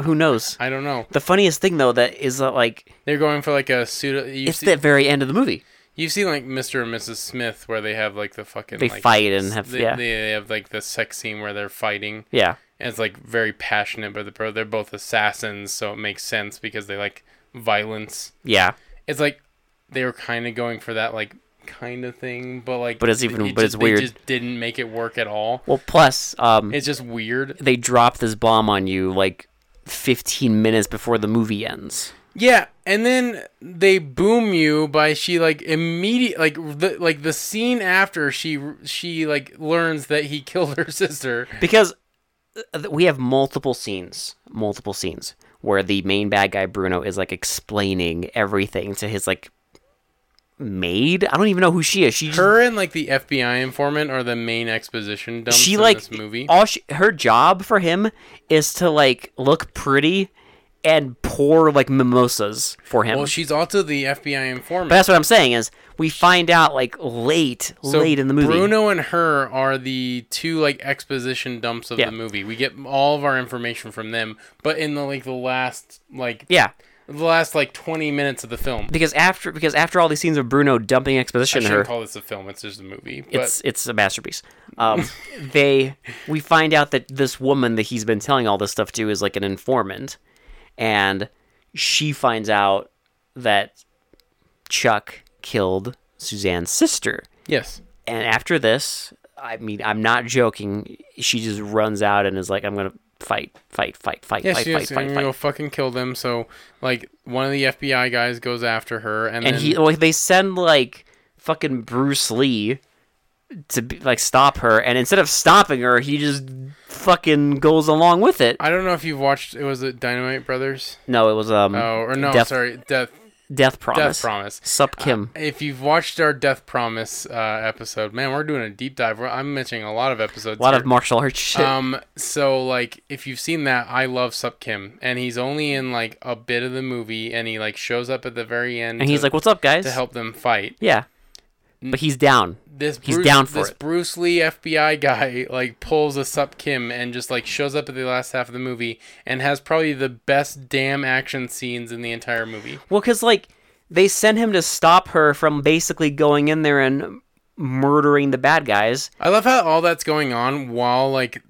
[SPEAKER 2] who knows?
[SPEAKER 1] I don't know.
[SPEAKER 2] The funniest thing though that is that like
[SPEAKER 1] They're going for like a pseudo. You've,
[SPEAKER 2] it's
[SPEAKER 1] seen,
[SPEAKER 2] the very end of the movie.
[SPEAKER 1] you've seen like Mr. and Mrs. Smith where they have like the fucking.
[SPEAKER 2] They
[SPEAKER 1] like,
[SPEAKER 2] fight and
[SPEAKER 1] s-
[SPEAKER 2] have-
[SPEAKER 1] They,
[SPEAKER 2] yeah.
[SPEAKER 1] they they have like the sex scene where they're fighting.
[SPEAKER 2] Yeah.
[SPEAKER 1] And it's like very passionate, but they're they're both assassins, so it makes sense because they like violence.
[SPEAKER 2] Yeah.
[SPEAKER 1] It's like they were kind of going for that like kind of thing, but like.
[SPEAKER 2] But it's
[SPEAKER 1] th-
[SPEAKER 2] even-
[SPEAKER 1] it
[SPEAKER 2] but it's
[SPEAKER 1] just-
[SPEAKER 2] weird.
[SPEAKER 1] They just didn't make it work at all.
[SPEAKER 2] Well, plus um
[SPEAKER 1] It's just weird.
[SPEAKER 2] they drop this bomb on you like 15 minutes before the movie ends.
[SPEAKER 1] Yeah, and then they boom you by she like immediate like the like the scene after she she like learns that he *laughs* killed her sister.
[SPEAKER 2] Because uh, th- we have multiple scenes, multiple scenes where the main bad guy Bruno is like explaining everything to his like maid. I don't even know who she is. She just
[SPEAKER 1] Her and like the FBI informant are the main exposition dumps
[SPEAKER 2] she
[SPEAKER 1] in
[SPEAKER 2] like
[SPEAKER 1] this movie.
[SPEAKER 2] all she, her job for him is to like look pretty and pour like mimosas for him.
[SPEAKER 1] Well, Oh, she's also the FBI informant.
[SPEAKER 2] but that's what I'm saying is we find out like late,
[SPEAKER 1] So
[SPEAKER 2] late in the movie.
[SPEAKER 1] Bruno and her are the two like exposition dumps of
[SPEAKER 2] Yeah.
[SPEAKER 1] the movie. We get all of our information from them, but in the like the last like
[SPEAKER 2] yeah,
[SPEAKER 1] the last like twenty minutes of the film.
[SPEAKER 2] because after because after all these scenes of Bruno dumping
[SPEAKER 1] I
[SPEAKER 2] exposition to
[SPEAKER 1] shouldn't
[SPEAKER 2] her,
[SPEAKER 1] call this a film. It's just a movie. But
[SPEAKER 2] it's it's a masterpiece.
[SPEAKER 1] *laughs*
[SPEAKER 2] Um, they we find out that this woman that he's been telling all this stuff to is like an informant, and she finds out that Chuck killed Suzanne's sister.
[SPEAKER 1] yes,
[SPEAKER 2] And after this, I mean, I'm not joking. She just runs out and is like, "I'm gonna fight, fight, fight, fight,
[SPEAKER 1] yes,
[SPEAKER 2] fight,
[SPEAKER 1] she
[SPEAKER 2] fight,
[SPEAKER 1] is.
[SPEAKER 2] fight,
[SPEAKER 1] And
[SPEAKER 2] fight."
[SPEAKER 1] will fucking kill them. So like one of the FBI guys goes after her, and,
[SPEAKER 2] And
[SPEAKER 1] then
[SPEAKER 2] he, like, they send like fucking Bruce Lee to be, like stop her, and instead of stopping her, he just fucking goes along with it.
[SPEAKER 1] I don't know if you've watched. It was it Dynamite Brothers.
[SPEAKER 2] No, it was um,
[SPEAKER 1] Oh, or no,
[SPEAKER 2] Death-
[SPEAKER 1] sorry, Death
[SPEAKER 2] Death Promise.
[SPEAKER 1] Death Ah, Promise.
[SPEAKER 2] Sup Kim.
[SPEAKER 1] If you've watched our Death Promise uh, episode, man, we're doing a deep dive. We're, I'm mentioning a lot of episodes.
[SPEAKER 2] a lot
[SPEAKER 1] here.
[SPEAKER 2] of martial arts shit.
[SPEAKER 1] Um, so like if you've seen that, I love Sup Kim, and he's only in like a bit of the movie, and he like shows up at the very end,
[SPEAKER 2] and he's
[SPEAKER 1] to,
[SPEAKER 2] like, "What's up, guys?"
[SPEAKER 1] to help Mm. them fight.
[SPEAKER 2] Yeah, but he's down.
[SPEAKER 1] This
[SPEAKER 2] He's
[SPEAKER 1] Bruce,
[SPEAKER 2] down for
[SPEAKER 1] this
[SPEAKER 2] it.
[SPEAKER 1] Bruce Lee FBI guy like pulls a Sup Kim and just like shows up at the last half of the movie and has probably the best damn action scenes in the entire movie.
[SPEAKER 2] Well, because like they sent him to stop her from basically going in there and murdering the bad guys.
[SPEAKER 1] I love how all that's going on while like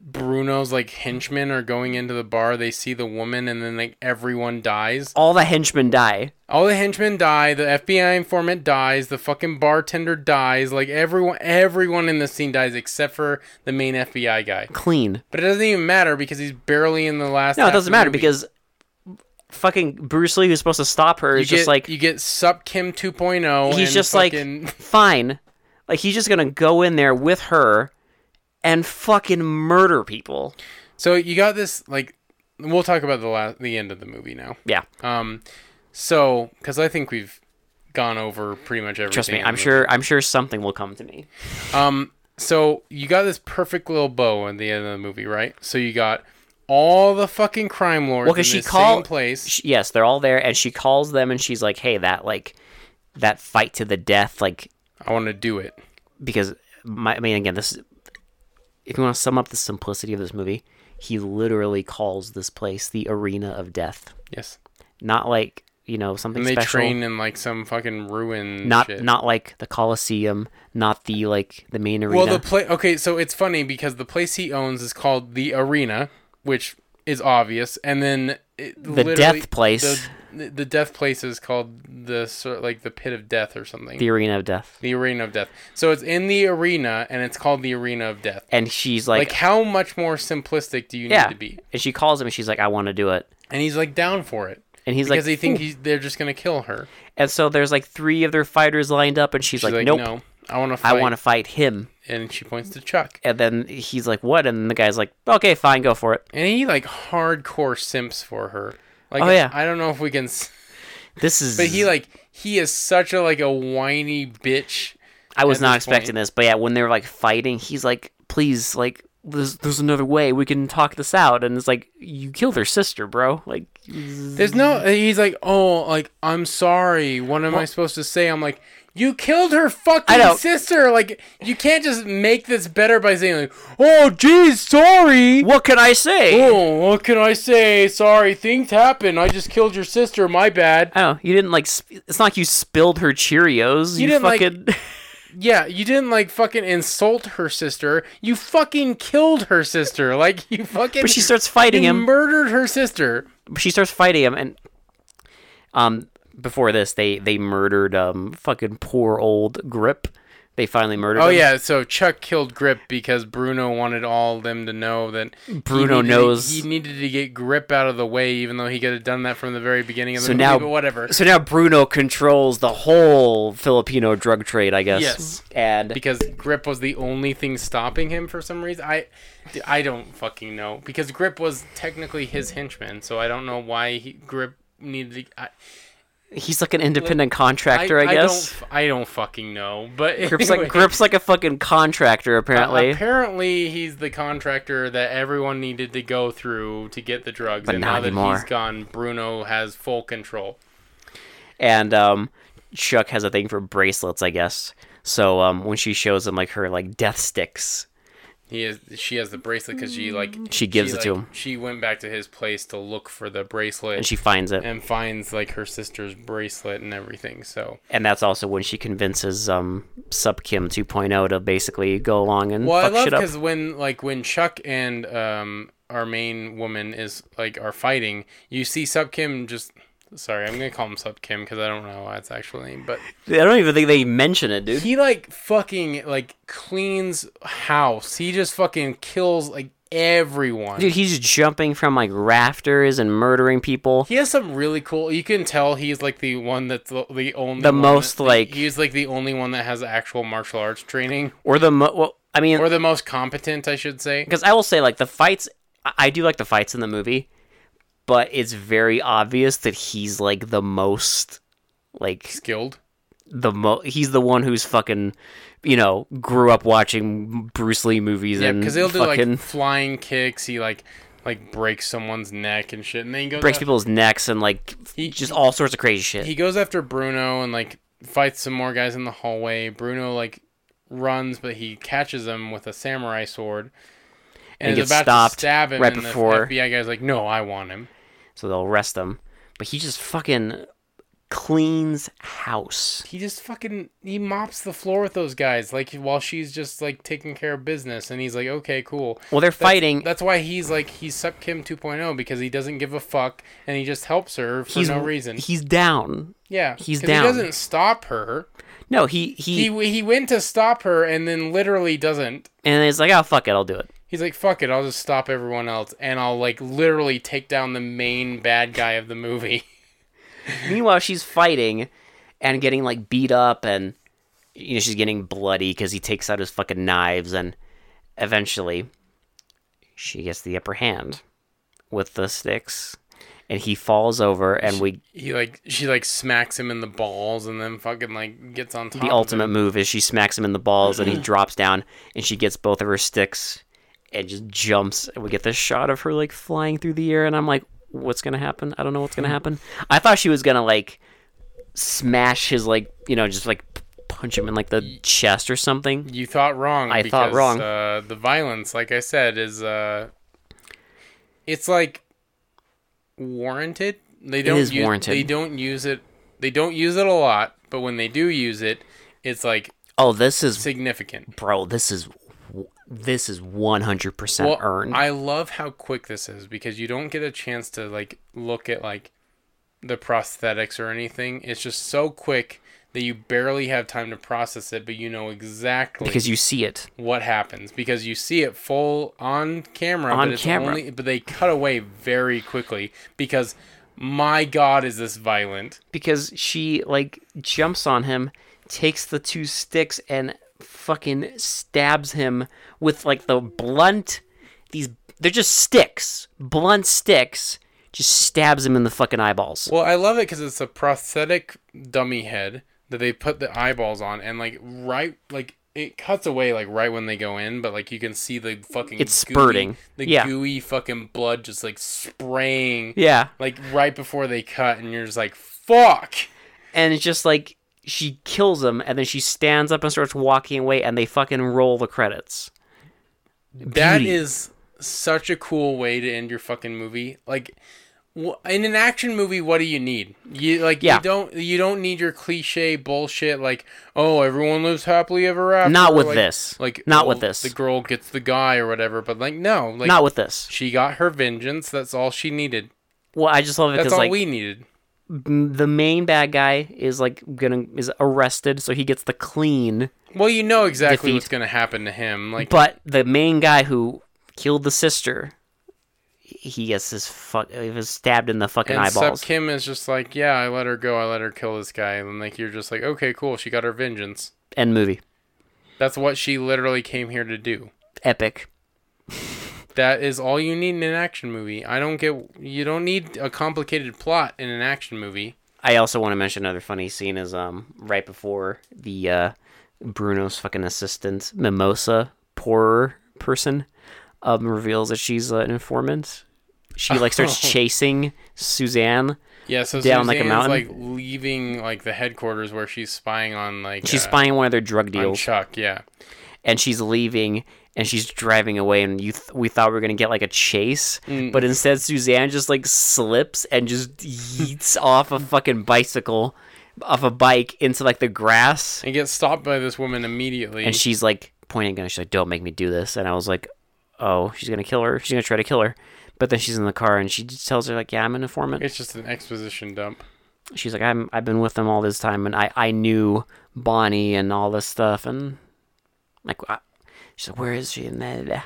[SPEAKER 1] Bruno's like henchmen are going into the bar. They see the woman, and then like everyone dies.
[SPEAKER 2] All the henchmen die.
[SPEAKER 1] All the henchmen die. The FBI informant dies. The fucking bartender dies. Like everyone, everyone in the scene dies except for the main FBI guy.
[SPEAKER 2] Clean.
[SPEAKER 1] But it doesn't even matter because he's barely in the last.
[SPEAKER 2] No, it
[SPEAKER 1] half of
[SPEAKER 2] doesn't
[SPEAKER 1] the
[SPEAKER 2] matter
[SPEAKER 1] movie.
[SPEAKER 2] because fucking Bruce Lee, who's supposed to stop her,
[SPEAKER 1] you
[SPEAKER 2] is
[SPEAKER 1] get,
[SPEAKER 2] just like
[SPEAKER 1] you get Sup Kim 2.0.
[SPEAKER 2] he's
[SPEAKER 1] and
[SPEAKER 2] just
[SPEAKER 1] fucking-
[SPEAKER 2] like fine. Like he's just gonna go in there with her and fucking murder people.
[SPEAKER 1] So you got this like we'll talk about the last the end of the movie now.
[SPEAKER 2] Yeah.
[SPEAKER 1] Um, so because I think we've gone over pretty much everything.
[SPEAKER 2] Trust me,
[SPEAKER 1] in the
[SPEAKER 2] I'm
[SPEAKER 1] movie.
[SPEAKER 2] sure I'm sure something will come to me.
[SPEAKER 1] Um, so you got this perfect little bow at the end of the movie, right? So you got all the fucking crime lords
[SPEAKER 2] Well,
[SPEAKER 1] in
[SPEAKER 2] 'cause she
[SPEAKER 1] the same
[SPEAKER 2] called-
[SPEAKER 1] place.
[SPEAKER 2] She, yes, they're all there and she calls them and she's like, "Hey, that like that fight to the death like
[SPEAKER 1] I want to do it.
[SPEAKER 2] because my, I mean, again, this. If you want to sum up the simplicity of this movie, he literally calls this place the arena of death.
[SPEAKER 1] Yes.
[SPEAKER 2] Not like you know something
[SPEAKER 1] And they
[SPEAKER 2] special.
[SPEAKER 1] train in like some fucking ruin.
[SPEAKER 2] not
[SPEAKER 1] shit.
[SPEAKER 2] not like the Colosseum. Not the like the main arena.
[SPEAKER 1] Well, the play. Okay, so it's funny because the place he owns is called the Arena, which is obvious, and then it, literally-
[SPEAKER 2] death place.
[SPEAKER 1] The, the death place is called the sort like the pit of death or something.
[SPEAKER 2] the arena of death.
[SPEAKER 1] the arena of death. So it's in the arena, and it's called the arena of death.
[SPEAKER 2] And she's
[SPEAKER 1] Like,
[SPEAKER 2] like,
[SPEAKER 1] how much more simplistic do you
[SPEAKER 2] yeah.
[SPEAKER 1] need to be?
[SPEAKER 2] And she calls him and she's like, I want to do it.
[SPEAKER 1] And he's like down for it
[SPEAKER 2] And he's
[SPEAKER 1] because
[SPEAKER 2] like,
[SPEAKER 1] they think
[SPEAKER 2] "Ooh."
[SPEAKER 1] he's they're just gonna kill her.
[SPEAKER 2] and so there's like three of their fighters lined up, and she's,
[SPEAKER 1] She's
[SPEAKER 2] like,
[SPEAKER 1] like,
[SPEAKER 2] Nope,
[SPEAKER 1] no, I want to
[SPEAKER 2] I
[SPEAKER 1] fight.
[SPEAKER 2] want to fight him.
[SPEAKER 1] And she points to Chuck,
[SPEAKER 2] And then he's like, What? And the guy's like, Okay, fine, go for it.
[SPEAKER 1] and he like hardcore simps for her. Like,
[SPEAKER 2] Oh, yeah.
[SPEAKER 1] I don't know if we can. s-
[SPEAKER 2] This is.
[SPEAKER 1] But he like he is such a like a whiny bitch.
[SPEAKER 2] I was
[SPEAKER 1] at
[SPEAKER 2] not
[SPEAKER 1] this
[SPEAKER 2] expecting this, but yeah, when they're like fighting, he's like, "Please, like, there's there's another way we can talk this out." And it's like, "You killed her sister, bro." Like,
[SPEAKER 1] There's no he's like, "Oh, like I'm sorry. What am I supposed to say?" I'm like, You killed her fucking
[SPEAKER 2] know.
[SPEAKER 1] sister. Like you can't just make this better by saying like, "Oh, geez, sorry."
[SPEAKER 2] What can I say?
[SPEAKER 1] Oh, what can I say? Sorry, things happen. I just killed your sister. My bad.
[SPEAKER 2] Oh, you didn't like. Sp- it's not like you spilled her Cheerios. You,
[SPEAKER 1] didn't, like-
[SPEAKER 2] fucking. *laughs*
[SPEAKER 1] Yeah, you didn't like fucking insult her sister. You fucking killed her sister. Like you fucking.
[SPEAKER 2] but she starts fighting
[SPEAKER 1] you
[SPEAKER 2] him.
[SPEAKER 1] murdered her sister.
[SPEAKER 2] she starts fighting him and um before this they they murdered um fucking poor old grip they finally murdered
[SPEAKER 1] Oh
[SPEAKER 2] him.
[SPEAKER 1] yeah, so Chuck killed Grip because Bruno wanted all them to know that he
[SPEAKER 2] Bruno
[SPEAKER 1] needed to-
[SPEAKER 2] knows.
[SPEAKER 1] he needed to get Grip out of the way, even though he could have done that from the very beginning of the
[SPEAKER 2] So
[SPEAKER 1] movie.
[SPEAKER 2] now-
[SPEAKER 1] but whatever,
[SPEAKER 2] so now bruno controls the whole filipino drug trade i guess
[SPEAKER 1] Yes.
[SPEAKER 2] and
[SPEAKER 1] because Grip was the only thing stopping him for some reason. I, I don't fucking know because Grip was technically his henchman, so I don't know why he, Grip needed. To, I,
[SPEAKER 2] he's like an independent contractor i, guess *laughs*
[SPEAKER 1] don't. f- I don't fucking know. But
[SPEAKER 2] grip's
[SPEAKER 1] anyway.
[SPEAKER 2] *laughs* like grip's like a fucking contractor Uh, apparently
[SPEAKER 1] Apparently, he's the contractor that everyone needed to go through to get the drugs. and
[SPEAKER 2] not
[SPEAKER 1] now that
[SPEAKER 2] anymore.
[SPEAKER 1] he's gone, Bruno has full control.
[SPEAKER 2] and um chuck has a thing for bracelets i guess so um when she shows him like her like death sticks
[SPEAKER 1] He is. She has the bracelet because she like
[SPEAKER 2] She gives it to
[SPEAKER 1] like,
[SPEAKER 2] him.
[SPEAKER 1] She went back to his place to look for the bracelet
[SPEAKER 2] and
[SPEAKER 1] and,
[SPEAKER 2] she finds it
[SPEAKER 1] finds like her sister's bracelet and everything. So
[SPEAKER 2] and that's also when she convinces um sub kim 2.0 to basically go along and
[SPEAKER 1] well, I
[SPEAKER 2] fuck
[SPEAKER 1] love
[SPEAKER 2] shit up
[SPEAKER 1] because when like when Chuck and um our main woman is like are fighting, you see Sub Kim just. Sorry, I'm gonna call him Sub Kim because I don't know why it's actual name, but
[SPEAKER 2] i don't even think they mention it dude
[SPEAKER 1] he like fucking like cleans house. He just fucking kills like everyone.
[SPEAKER 2] dude he's jumping from like rafters and murdering people
[SPEAKER 1] He has some really cool. You can tell he's like the one that's the, the only
[SPEAKER 2] The
[SPEAKER 1] one
[SPEAKER 2] most,
[SPEAKER 1] that-
[SPEAKER 2] like-
[SPEAKER 1] he's like the only one that has actual martial arts training
[SPEAKER 2] or the mo- well, i mean
[SPEAKER 1] or the most competent, I should say.
[SPEAKER 2] because i will say like the fights I-, I do like the fights in the movie but it's very obvious that he's like the most like
[SPEAKER 1] Skilled.
[SPEAKER 2] the mo he's the one who's fucking you know grew up watching bruce lee movies
[SPEAKER 1] Yeah,
[SPEAKER 2] and
[SPEAKER 1] because he'll do
[SPEAKER 2] Mm, fucking
[SPEAKER 1] like flying kicks. He like like breaks someone's neck and shit, and then he goes out-
[SPEAKER 2] breaks people's necks and like
[SPEAKER 1] He-
[SPEAKER 2] just all sorts of crazy shit
[SPEAKER 1] he goes after Bruno and like fights some more guys in the hallway. Bruno like runs, but he catches him with a samurai sword,
[SPEAKER 2] And he
[SPEAKER 1] is
[SPEAKER 2] gets stopped
[SPEAKER 1] stab him.
[SPEAKER 2] right
[SPEAKER 1] and
[SPEAKER 2] before-
[SPEAKER 1] the FBI guy's like, "No, I want him."
[SPEAKER 2] so they'll arrest him. But he just fucking cleans house.
[SPEAKER 1] He just fucking he mops the floor with those guys, like while she's just like taking care of business, and he's like, "Okay, cool."
[SPEAKER 2] Well, they're fighting.
[SPEAKER 1] That's why he's like he's Sup Kim 2.0 because he doesn't give a fuck and he just helps her for
[SPEAKER 2] he's
[SPEAKER 1] no reason.
[SPEAKER 2] He's down.
[SPEAKER 1] yeah,
[SPEAKER 2] he's
[SPEAKER 1] 'cause
[SPEAKER 2] down.
[SPEAKER 1] He doesn't stop her.
[SPEAKER 2] No, he he,
[SPEAKER 1] He he went to stop her and then literally doesn't.
[SPEAKER 2] and it's like, oh fuck it, I'll do it.
[SPEAKER 1] He's like, fuck it, I'll just stop everyone else and I'll like literally take down the main bad guy of the movie. *laughs*
[SPEAKER 2] Meanwhile, she's fighting and getting like beat up, and you know she's getting bloody because he takes out his fucking knives, and eventually she gets the upper hand with the sticks, and he falls over, and we
[SPEAKER 1] He like she like smacks him in the balls and then fucking like gets on top.
[SPEAKER 2] the
[SPEAKER 1] of him.
[SPEAKER 2] ultimate move is she smacks him in the balls *clears throat* and he drops down and she gets both of her sticks and just jumps and we get this shot of her like flying through the air and I'm like what's going to happen? I don't know what's going to happen. I thought she was going to like smash his like, you know, just like p- punch him in like the chest or something.
[SPEAKER 1] You thought wrong.
[SPEAKER 2] I thought wrong.
[SPEAKER 1] Uh, the violence, like I said, is uh, it's like warranted. They don't
[SPEAKER 2] is
[SPEAKER 1] use,
[SPEAKER 2] warranted.
[SPEAKER 1] They don't use it. They don't use it a lot, but when they do use it, it's like
[SPEAKER 2] Oh, this is
[SPEAKER 1] significant.
[SPEAKER 2] bro, this is w- this is 100%
[SPEAKER 1] Well,
[SPEAKER 2] earned.
[SPEAKER 1] I love how quick this is because you don't get a chance to like look at like the prosthetics or anything. It's just so quick that you barely have time to process it, but you know exactly
[SPEAKER 2] because you see it.
[SPEAKER 1] what happens because you see it full on camera
[SPEAKER 2] On
[SPEAKER 1] but it's
[SPEAKER 2] camera.
[SPEAKER 1] only but they cut away very quickly because my god is this violent
[SPEAKER 2] because she like jumps on him, takes the two sticks and fucking stabs him with like the blunt these they're just sticks, blunt sticks, just stabs him in the fucking eyeballs.
[SPEAKER 1] well i love it because it's a prosthetic dummy head that they put the eyeballs on and like right like it cuts away like right when they go in but like you can see the fucking
[SPEAKER 2] It's
[SPEAKER 1] gooey-
[SPEAKER 2] spurting.
[SPEAKER 1] the
[SPEAKER 2] Yeah.
[SPEAKER 1] gooey fucking blood just like spraying
[SPEAKER 2] yeah.
[SPEAKER 1] like right before they cut and you're just like fuck
[SPEAKER 2] And it's just like she kills him, and then she stands up and starts walking away, and they fucking roll the credits.
[SPEAKER 1] That
[SPEAKER 2] Beauty.
[SPEAKER 1] is such a cool way to end your fucking movie. Like wh- in an action movie, what do you need? You like
[SPEAKER 2] Yeah.
[SPEAKER 1] you don't you don't need your cliche bullshit like oh everyone lives happily ever after.
[SPEAKER 2] Not with
[SPEAKER 1] like-
[SPEAKER 2] this.
[SPEAKER 1] Like
[SPEAKER 2] Not
[SPEAKER 1] oh,
[SPEAKER 2] with this.
[SPEAKER 1] The girl gets the guy or whatever. But like no, like
[SPEAKER 2] Not with this.
[SPEAKER 1] she got her vengeance. That's all she needed.
[SPEAKER 2] Well, I just love it
[SPEAKER 1] That's
[SPEAKER 2] because
[SPEAKER 1] all
[SPEAKER 2] like
[SPEAKER 1] we needed.
[SPEAKER 2] m- the main bad guy is like gonna is arrested, so he gets the clean.
[SPEAKER 1] Well, you know exactly
[SPEAKER 2] defeat.
[SPEAKER 1] what's gonna happen to him. Like
[SPEAKER 2] But the main guy who killed the sister, he gets his fuck. He was stabbed in the fucking
[SPEAKER 1] and Sub
[SPEAKER 2] eyeballs.
[SPEAKER 1] Kim is just like, yeah, I let her go. I let her kill this guy. And like you're just like, okay, cool. She got her vengeance.
[SPEAKER 2] End movie.
[SPEAKER 1] That's what she literally came here to do.
[SPEAKER 2] Epic.
[SPEAKER 1] That is all you need in an action movie. I don't get you don't need a complicated plot in an action movie.
[SPEAKER 2] I also want to mention another funny scene is um right before the uh, Bruno's fucking assistant Mimosa poor person um reveals that she's uh, an informant. She
[SPEAKER 1] *laughs*
[SPEAKER 2] like starts chasing Suzanne.
[SPEAKER 1] Yeah, so Down
[SPEAKER 2] Down like a
[SPEAKER 1] like
[SPEAKER 2] mountain?
[SPEAKER 1] leaving like the headquarters where she's spying on like
[SPEAKER 2] She's
[SPEAKER 1] uh,
[SPEAKER 2] spying one of their drug
[SPEAKER 1] on
[SPEAKER 2] deals,
[SPEAKER 1] Chuck, yeah.
[SPEAKER 2] and she's leaving, and she's driving away. And you, th- we thought we were gonna get like a chase, but instead Suzanne just like slips and just yeets *laughs* off a fucking bicycle, off a bike into like the grass,
[SPEAKER 1] And gets stopped by this woman immediately.
[SPEAKER 2] and she's like pointing a gun. She's like, "Don't make me do this." And I was like, "Oh, she's gonna kill her. She's gonna try to kill her." But then she's in the car and she just tells her like, "Yeah, I'm an informant."
[SPEAKER 1] it's just an exposition dump.
[SPEAKER 2] She's like, "I'm I've been with them all this time, and I I knew Bonnie and all this stuff." And like, I, she's like, "Where is she?" And blah, blah, blah.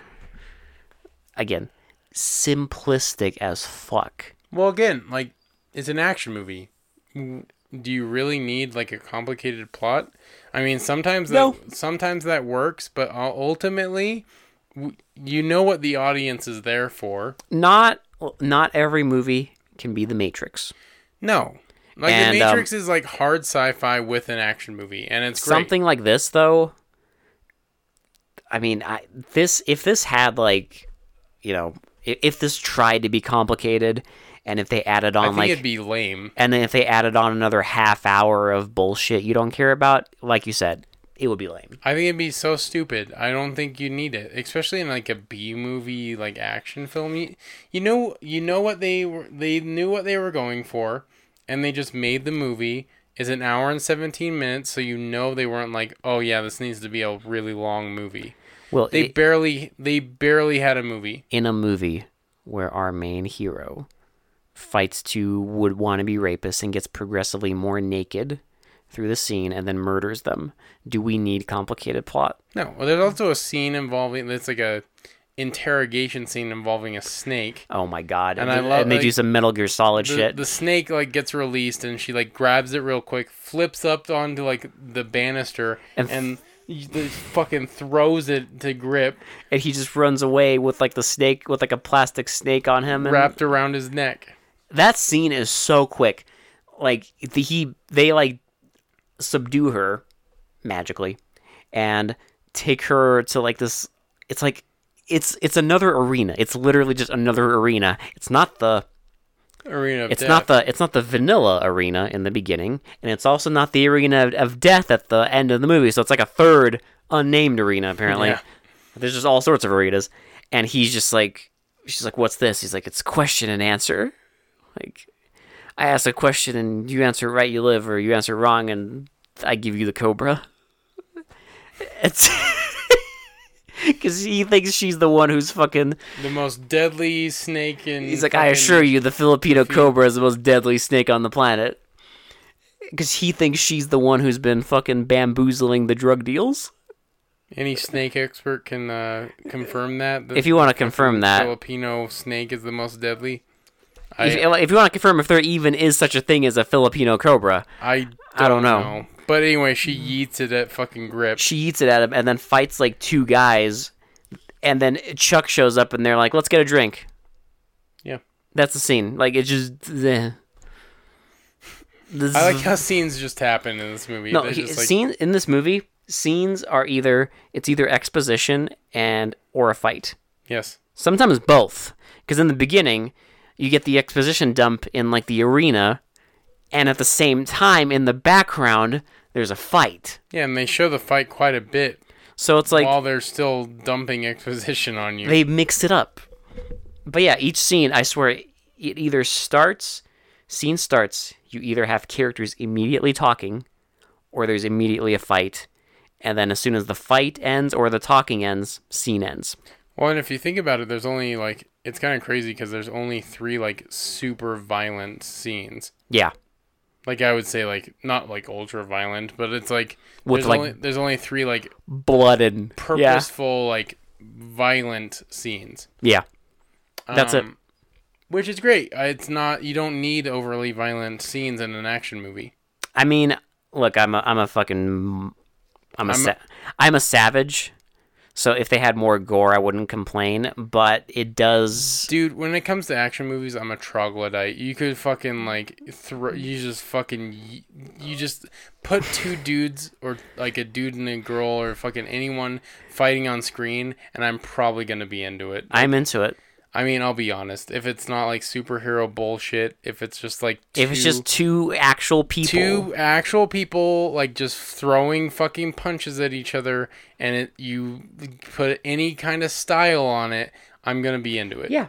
[SPEAKER 2] again, simplistic as fuck.
[SPEAKER 1] Well, again, like it's an action movie. Mm, Do you really need like a complicated plot? I mean, sometimes that
[SPEAKER 2] No.
[SPEAKER 1] sometimes that works, but u- ultimately, w- you know what the audience is there for.
[SPEAKER 2] Not not every movie can be The Matrix.
[SPEAKER 1] No, like
[SPEAKER 2] And,
[SPEAKER 1] the
[SPEAKER 2] um,
[SPEAKER 1] Matrix is like hard sci-fi with an action movie, and it's great.
[SPEAKER 2] something like this though i mean I, this if this had like you know if, if this tried to be complicated and if they added
[SPEAKER 1] I
[SPEAKER 2] on
[SPEAKER 1] think
[SPEAKER 2] like
[SPEAKER 1] it'd be lame.
[SPEAKER 2] and then if they added on another half hour of bullshit you don't care about like you said it would be lame
[SPEAKER 1] I think it'd be so stupid. I don't think you need it, especially in like a B movie, like action film. You, you know, you know what they were. They knew what they were going for, and they just made the movie. Is an hour and seventeen minutes, so you know they weren't like, oh yeah, this needs to be a really long movie.
[SPEAKER 2] well
[SPEAKER 1] They
[SPEAKER 2] i-
[SPEAKER 1] barely, they barely had a movie.
[SPEAKER 2] in a movie where our main hero fights two would want to be rapists and gets progressively more naked through the scene and then murders them do we need complicated plot
[SPEAKER 1] No, well, there's also a scene involving. That's like a interrogation scene involving a snake.
[SPEAKER 2] Oh my god! And,
[SPEAKER 1] And I
[SPEAKER 2] th-
[SPEAKER 1] love-
[SPEAKER 2] and they do
[SPEAKER 1] like,
[SPEAKER 2] some Metal Gear Solid
[SPEAKER 1] the,
[SPEAKER 2] shit.
[SPEAKER 1] the snake like gets released and she like grabs it real quick, flips up onto like the banister
[SPEAKER 2] And
[SPEAKER 1] and,
[SPEAKER 2] f-
[SPEAKER 1] y- the- fucking throws it to grip
[SPEAKER 2] and he just runs away with like the snake with like a plastic snake on him. And
[SPEAKER 1] wrapped around his neck.
[SPEAKER 2] that scene is so quick. Like the, he they like subdue her magically and take her to like this it's like it's it's another arena. It's literally just another arena. It's not the
[SPEAKER 1] Arena of
[SPEAKER 2] it's
[SPEAKER 1] death.
[SPEAKER 2] not the it's not the vanilla arena in the beginning, and it's also not the arena of, of death at the end of the movie. So it's like a third unnamed arena apparently.
[SPEAKER 1] Yeah.
[SPEAKER 2] There's just all sorts of arenas, and he's just like, she's like, "What's this?" He's like, "It's question and answer." Like, I ask a question and you answer right, you live, or you answer wrong, and I give you the cobra. *laughs* It's *laughs* because he thinks she's the one who's fucking.
[SPEAKER 1] the most deadly snake in.
[SPEAKER 2] He's like, I assure you, the Filipino cobra is the most deadly snake on the planet. Because he thinks she's the one who's been fucking bamboozling the drug deals.
[SPEAKER 1] Any snake expert can uh, confirm that. that
[SPEAKER 2] If you want to confirm that,
[SPEAKER 1] Filipino snake is the most deadly. I
[SPEAKER 2] if, if you want to confirm if there even is such a thing as a Filipino cobra,
[SPEAKER 1] I don't,
[SPEAKER 2] I don't know.
[SPEAKER 1] know. But anyway, she yeets it at fucking grip.
[SPEAKER 2] she eats it at him and then fights like two guys, and then Chuck shows up and they're like, "Let's get a drink."
[SPEAKER 1] Yeah.
[SPEAKER 2] That's the scene. Like it just. eh. This
[SPEAKER 1] I
[SPEAKER 2] *laughs*
[SPEAKER 1] like
[SPEAKER 2] is-
[SPEAKER 1] how scenes just happen in this movie.
[SPEAKER 2] no
[SPEAKER 1] They're
[SPEAKER 2] he,
[SPEAKER 1] just like,
[SPEAKER 2] scene in this movie. Scenes are either it's either exposition and or a fight.
[SPEAKER 1] yes.
[SPEAKER 2] Sometimes both, because in the beginning, you get the exposition dump in like the arena, and at the same time in the background, there's a fight.
[SPEAKER 1] Yeah, and they show the fight quite a bit
[SPEAKER 2] So it's like
[SPEAKER 1] while they're still dumping *laughs* exposition on you.
[SPEAKER 2] they mixed it up. But yeah, each scene, I swear, it either starts, scene starts, you either have characters immediately talking, or there's immediately a fight. And then as soon as the fight ends or the talking ends, scene ends.
[SPEAKER 1] well, and if you think about it, there's only like it's kind of crazy because there's only three like super violent scenes.
[SPEAKER 2] Yeah.
[SPEAKER 1] Like I would say, like not like ultra violent, but it's like
[SPEAKER 2] With,
[SPEAKER 1] there's
[SPEAKER 2] like-
[SPEAKER 1] only there's only three like
[SPEAKER 2] Blood and Yeah.
[SPEAKER 1] purposeful like violent scenes. Um,
[SPEAKER 2] yeah. That's it.
[SPEAKER 1] Which is great. Uh, It's not you don't need overly violent scenes in an action movie.
[SPEAKER 2] I mean, look, I'm a, I'm a fucking, I'm a, sa- I'm a savage. So if they had more gore, I wouldn't complain. But it does.
[SPEAKER 1] Dude, when it comes to action movies, I'm a troglodyte. You could fucking like throw you just fucking y- you just put two dudes or like a dude and a girl or fucking anyone fighting on screen and I'm probably going to be into it.
[SPEAKER 2] I'm into it.
[SPEAKER 1] I mean, I'll be honest. If it's not like superhero bullshit, if it's just like two,
[SPEAKER 2] If it's just two actual people,
[SPEAKER 1] two actual people like just throwing fucking punches at each other and it you put any kind of style on it i'm gonna be into it
[SPEAKER 2] yeah,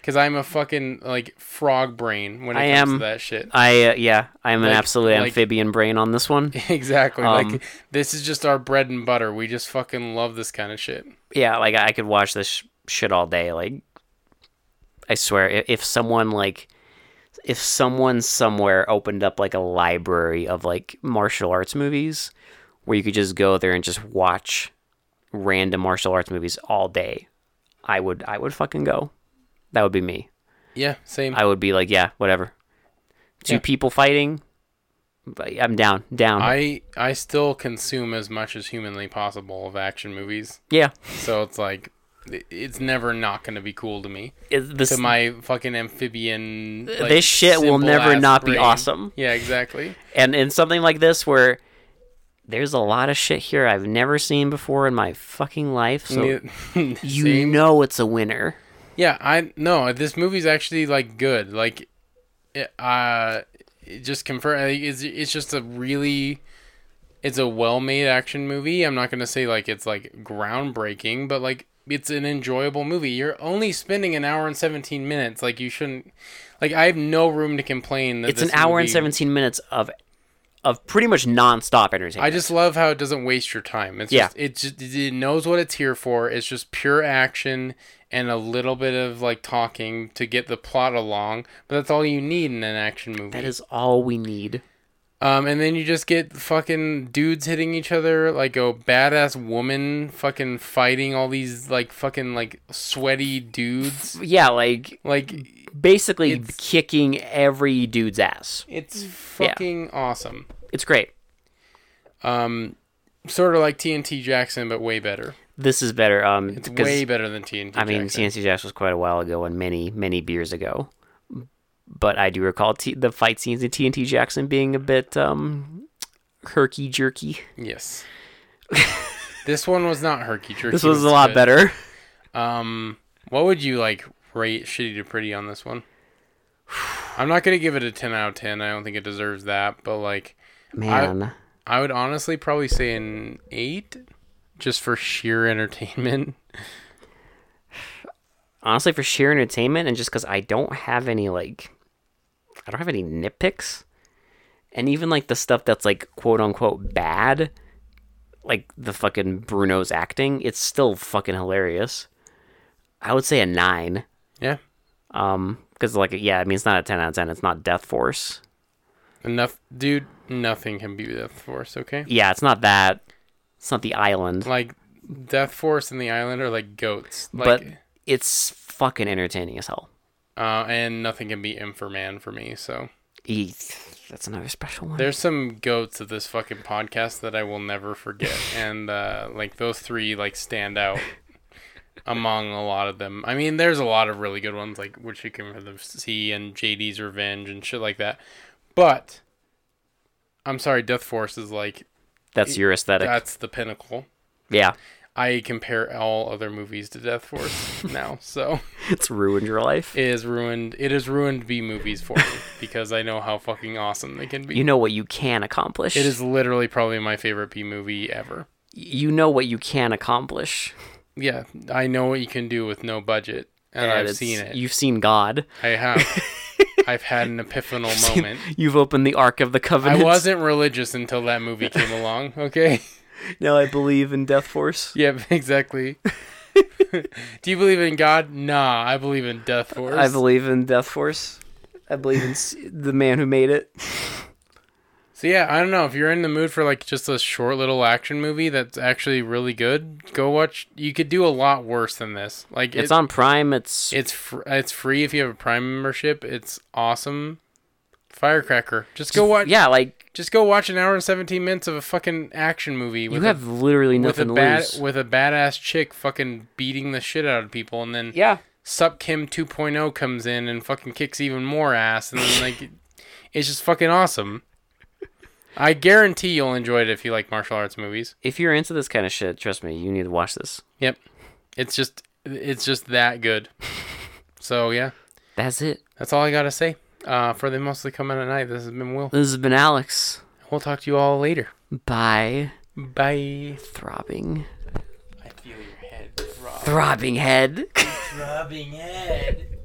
[SPEAKER 1] because i'm a fucking like frog brain when it
[SPEAKER 2] I
[SPEAKER 1] comes
[SPEAKER 2] am-
[SPEAKER 1] to that shit *laughs*
[SPEAKER 2] I uh, yeah, I'm an
[SPEAKER 1] Like-
[SPEAKER 2] absolutely
[SPEAKER 1] like-
[SPEAKER 2] amphibian brain on
[SPEAKER 1] *laughs*
[SPEAKER 2] this one.
[SPEAKER 1] exactly
[SPEAKER 2] Um,
[SPEAKER 1] like this is just our bread and butter we just fucking love this kind of shit
[SPEAKER 2] Yeah, like I could watch this sh- shit all day. Like, I swear, i- if someone like, if someone somewhere opened up like a library of like martial arts movies, where you could just go there and just watch random martial arts movies all day, I would, I would fucking go. That would be me.
[SPEAKER 1] yeah same
[SPEAKER 2] I would be like, yeah, whatever. Two
[SPEAKER 1] Yeah.
[SPEAKER 2] people fighting. but I'm down, down.
[SPEAKER 1] I I still consume as much as humanly possible of action movies,
[SPEAKER 2] yeah,
[SPEAKER 1] so it's like it- it's never not going to be cool to me.
[SPEAKER 2] Is this
[SPEAKER 1] to my fucking amphibian. like,
[SPEAKER 2] this shit will
[SPEAKER 1] simple
[SPEAKER 2] never
[SPEAKER 1] ass
[SPEAKER 2] not be
[SPEAKER 1] brain.
[SPEAKER 2] awesome.
[SPEAKER 1] Yeah, exactly.
[SPEAKER 2] And in something like this where there's a lot of shit here I've never seen before in my fucking life, so
[SPEAKER 1] *laughs* Ne-
[SPEAKER 2] you
[SPEAKER 1] Same.
[SPEAKER 2] know it's a winner.
[SPEAKER 1] yeah, I no. This movie's actually like good. Like, it, uh, it just confirm. like, It's it's just a really, it's a well made action movie. I'm not gonna say like it's like groundbreaking, but like it's an enjoyable movie. You're only spending an hour and 17 minutes. Like you shouldn't. Like I have no room to complain that
[SPEAKER 2] It's an
[SPEAKER 1] this
[SPEAKER 2] hour and
[SPEAKER 1] movie-
[SPEAKER 2] 17 minutes of of pretty much nonstop entertainment.
[SPEAKER 1] I just love how it doesn't waste your time. It's
[SPEAKER 2] Yeah.
[SPEAKER 1] just it just it knows what it's here for. It's just pure action and a little bit of like talking to get the plot along, but that's all you need in an action movie.
[SPEAKER 2] that is all we need.
[SPEAKER 1] um and then you just get fucking dudes hitting each other like a badass woman fucking fighting all these like fucking like sweaty dudes.
[SPEAKER 2] Yeah, like
[SPEAKER 1] Like
[SPEAKER 2] basically
[SPEAKER 1] It's-
[SPEAKER 2] kicking every dude's ass.
[SPEAKER 1] it's fucking awesome.
[SPEAKER 2] It's great.
[SPEAKER 1] Um sort of like TNT Jackson but way better.
[SPEAKER 2] This is better um
[SPEAKER 1] It's
[SPEAKER 2] 'cause-
[SPEAKER 1] way better than TNT
[SPEAKER 2] I mean,
[SPEAKER 1] Jackson.
[SPEAKER 2] CNC Jacks was quite a while ago and many, many beers ago. But I do recall t- the fight scenes in TNT Jackson being a bit um, herky jerky. *laughs*
[SPEAKER 1] Yes. this one was not herky jerky.
[SPEAKER 2] This was a lot better.
[SPEAKER 1] Um, what would you like rate Shitty to Pretty on this one? I'm not gonna give it a 10 out of 10. I don't think it deserves that. But like,
[SPEAKER 2] Man,
[SPEAKER 1] I would honestly probably say an eight, just for sheer entertainment. *laughs*
[SPEAKER 2] honestly, for sheer entertainment and just because I don't have any, like, I don't have any nitpicks. And even, like, the stuff that's, like, quote unquote bad, like the fucking Bruno's acting, it's still fucking hilarious. I would say a nine.
[SPEAKER 1] Yeah,
[SPEAKER 2] Um, because like yeah, I mean it's not a ten out of ten. It's not Death Force.
[SPEAKER 1] enough, dude. Nothing can beat Death Force. Okay,
[SPEAKER 2] Yeah, it's not that. It's not the island,
[SPEAKER 1] like Death Force and the Island are like goats.
[SPEAKER 2] but
[SPEAKER 1] Like,
[SPEAKER 2] it's fucking entertaining as hell.
[SPEAKER 1] uh, and nothing can beat Inferman for me. So.
[SPEAKER 2] Eek, that's another special one.
[SPEAKER 1] There's some goats of this fucking podcast that I will never forget, and uh, like those three like stand out among a lot of them. I mean, there's a lot of really good ones like which you can the sea and JD's Revenge and shit like that. But I'm sorry, Death Force is like
[SPEAKER 2] that's your aesthetic.
[SPEAKER 1] that's the pinnacle.
[SPEAKER 2] yeah, *laughs*
[SPEAKER 1] I compare all other movies to Death Force now. So
[SPEAKER 2] It's ruined your life.
[SPEAKER 1] it is ruined. It has ruined B movies for me because I know how fucking awesome they can be.
[SPEAKER 2] You know what you can accomplish.
[SPEAKER 1] it is literally probably my favorite B movie ever.
[SPEAKER 2] You know what you can accomplish.
[SPEAKER 1] Yeah, I know what you can do with no budget, and,
[SPEAKER 2] And
[SPEAKER 1] I've
[SPEAKER 2] it's-
[SPEAKER 1] seen it.
[SPEAKER 2] You've seen God.
[SPEAKER 1] I have.
[SPEAKER 2] *laughs*
[SPEAKER 1] I've had an epiphanal moment.
[SPEAKER 2] You've opened the Ark of
[SPEAKER 1] I
[SPEAKER 2] the Covenant.
[SPEAKER 1] wasn't religious until that movie came along. Okay.
[SPEAKER 2] *laughs*
[SPEAKER 1] *laughs*
[SPEAKER 2] Now I believe in Death Force.
[SPEAKER 1] Yep, exactly.
[SPEAKER 2] *laughs*
[SPEAKER 1] Do you believe in God? Nah, I believe in Death Force.
[SPEAKER 2] I believe in Death Force. I believe in s- the man who made it.
[SPEAKER 1] so yeah, I don't know if you're in the mood for like just a short little action movie that's actually really good. Go watch. You could do a lot worse than this. Like
[SPEAKER 2] It's
[SPEAKER 1] it's
[SPEAKER 2] on Prime. It's
[SPEAKER 1] it's fr- it's free if you have a Prime membership. It's awesome. Firecracker. Just go watch.
[SPEAKER 2] yeah, like
[SPEAKER 1] Just go watch an hour and seventeen minutes of a fucking action movie.
[SPEAKER 2] you
[SPEAKER 1] With
[SPEAKER 2] have literally
[SPEAKER 1] a, with a
[SPEAKER 2] nothing to
[SPEAKER 1] bad
[SPEAKER 2] lose.
[SPEAKER 1] with a badass chick fucking beating the shit out of people, and then
[SPEAKER 2] yeah,
[SPEAKER 1] Sup Kim 2.0 comes in and fucking kicks even more ass, and then like, *laughs* it's just fucking awesome. I guarantee you'll enjoy it if you like martial arts movies.
[SPEAKER 2] if you're into this kind of shit, trust me, you need to watch this.
[SPEAKER 1] Yep, it's just it's just that
[SPEAKER 2] *laughs*
[SPEAKER 1] good. So yeah,
[SPEAKER 2] That's it.
[SPEAKER 1] that's all I gotta say. Uh, for the mostly coming at night. This has been Will.
[SPEAKER 2] This has been Alex.
[SPEAKER 1] We'll talk to you all later.
[SPEAKER 2] Bye.
[SPEAKER 1] Bye.
[SPEAKER 2] Throbbing,
[SPEAKER 1] I feel your head
[SPEAKER 2] throbbing head. *laughs*
[SPEAKER 1] throbbing head.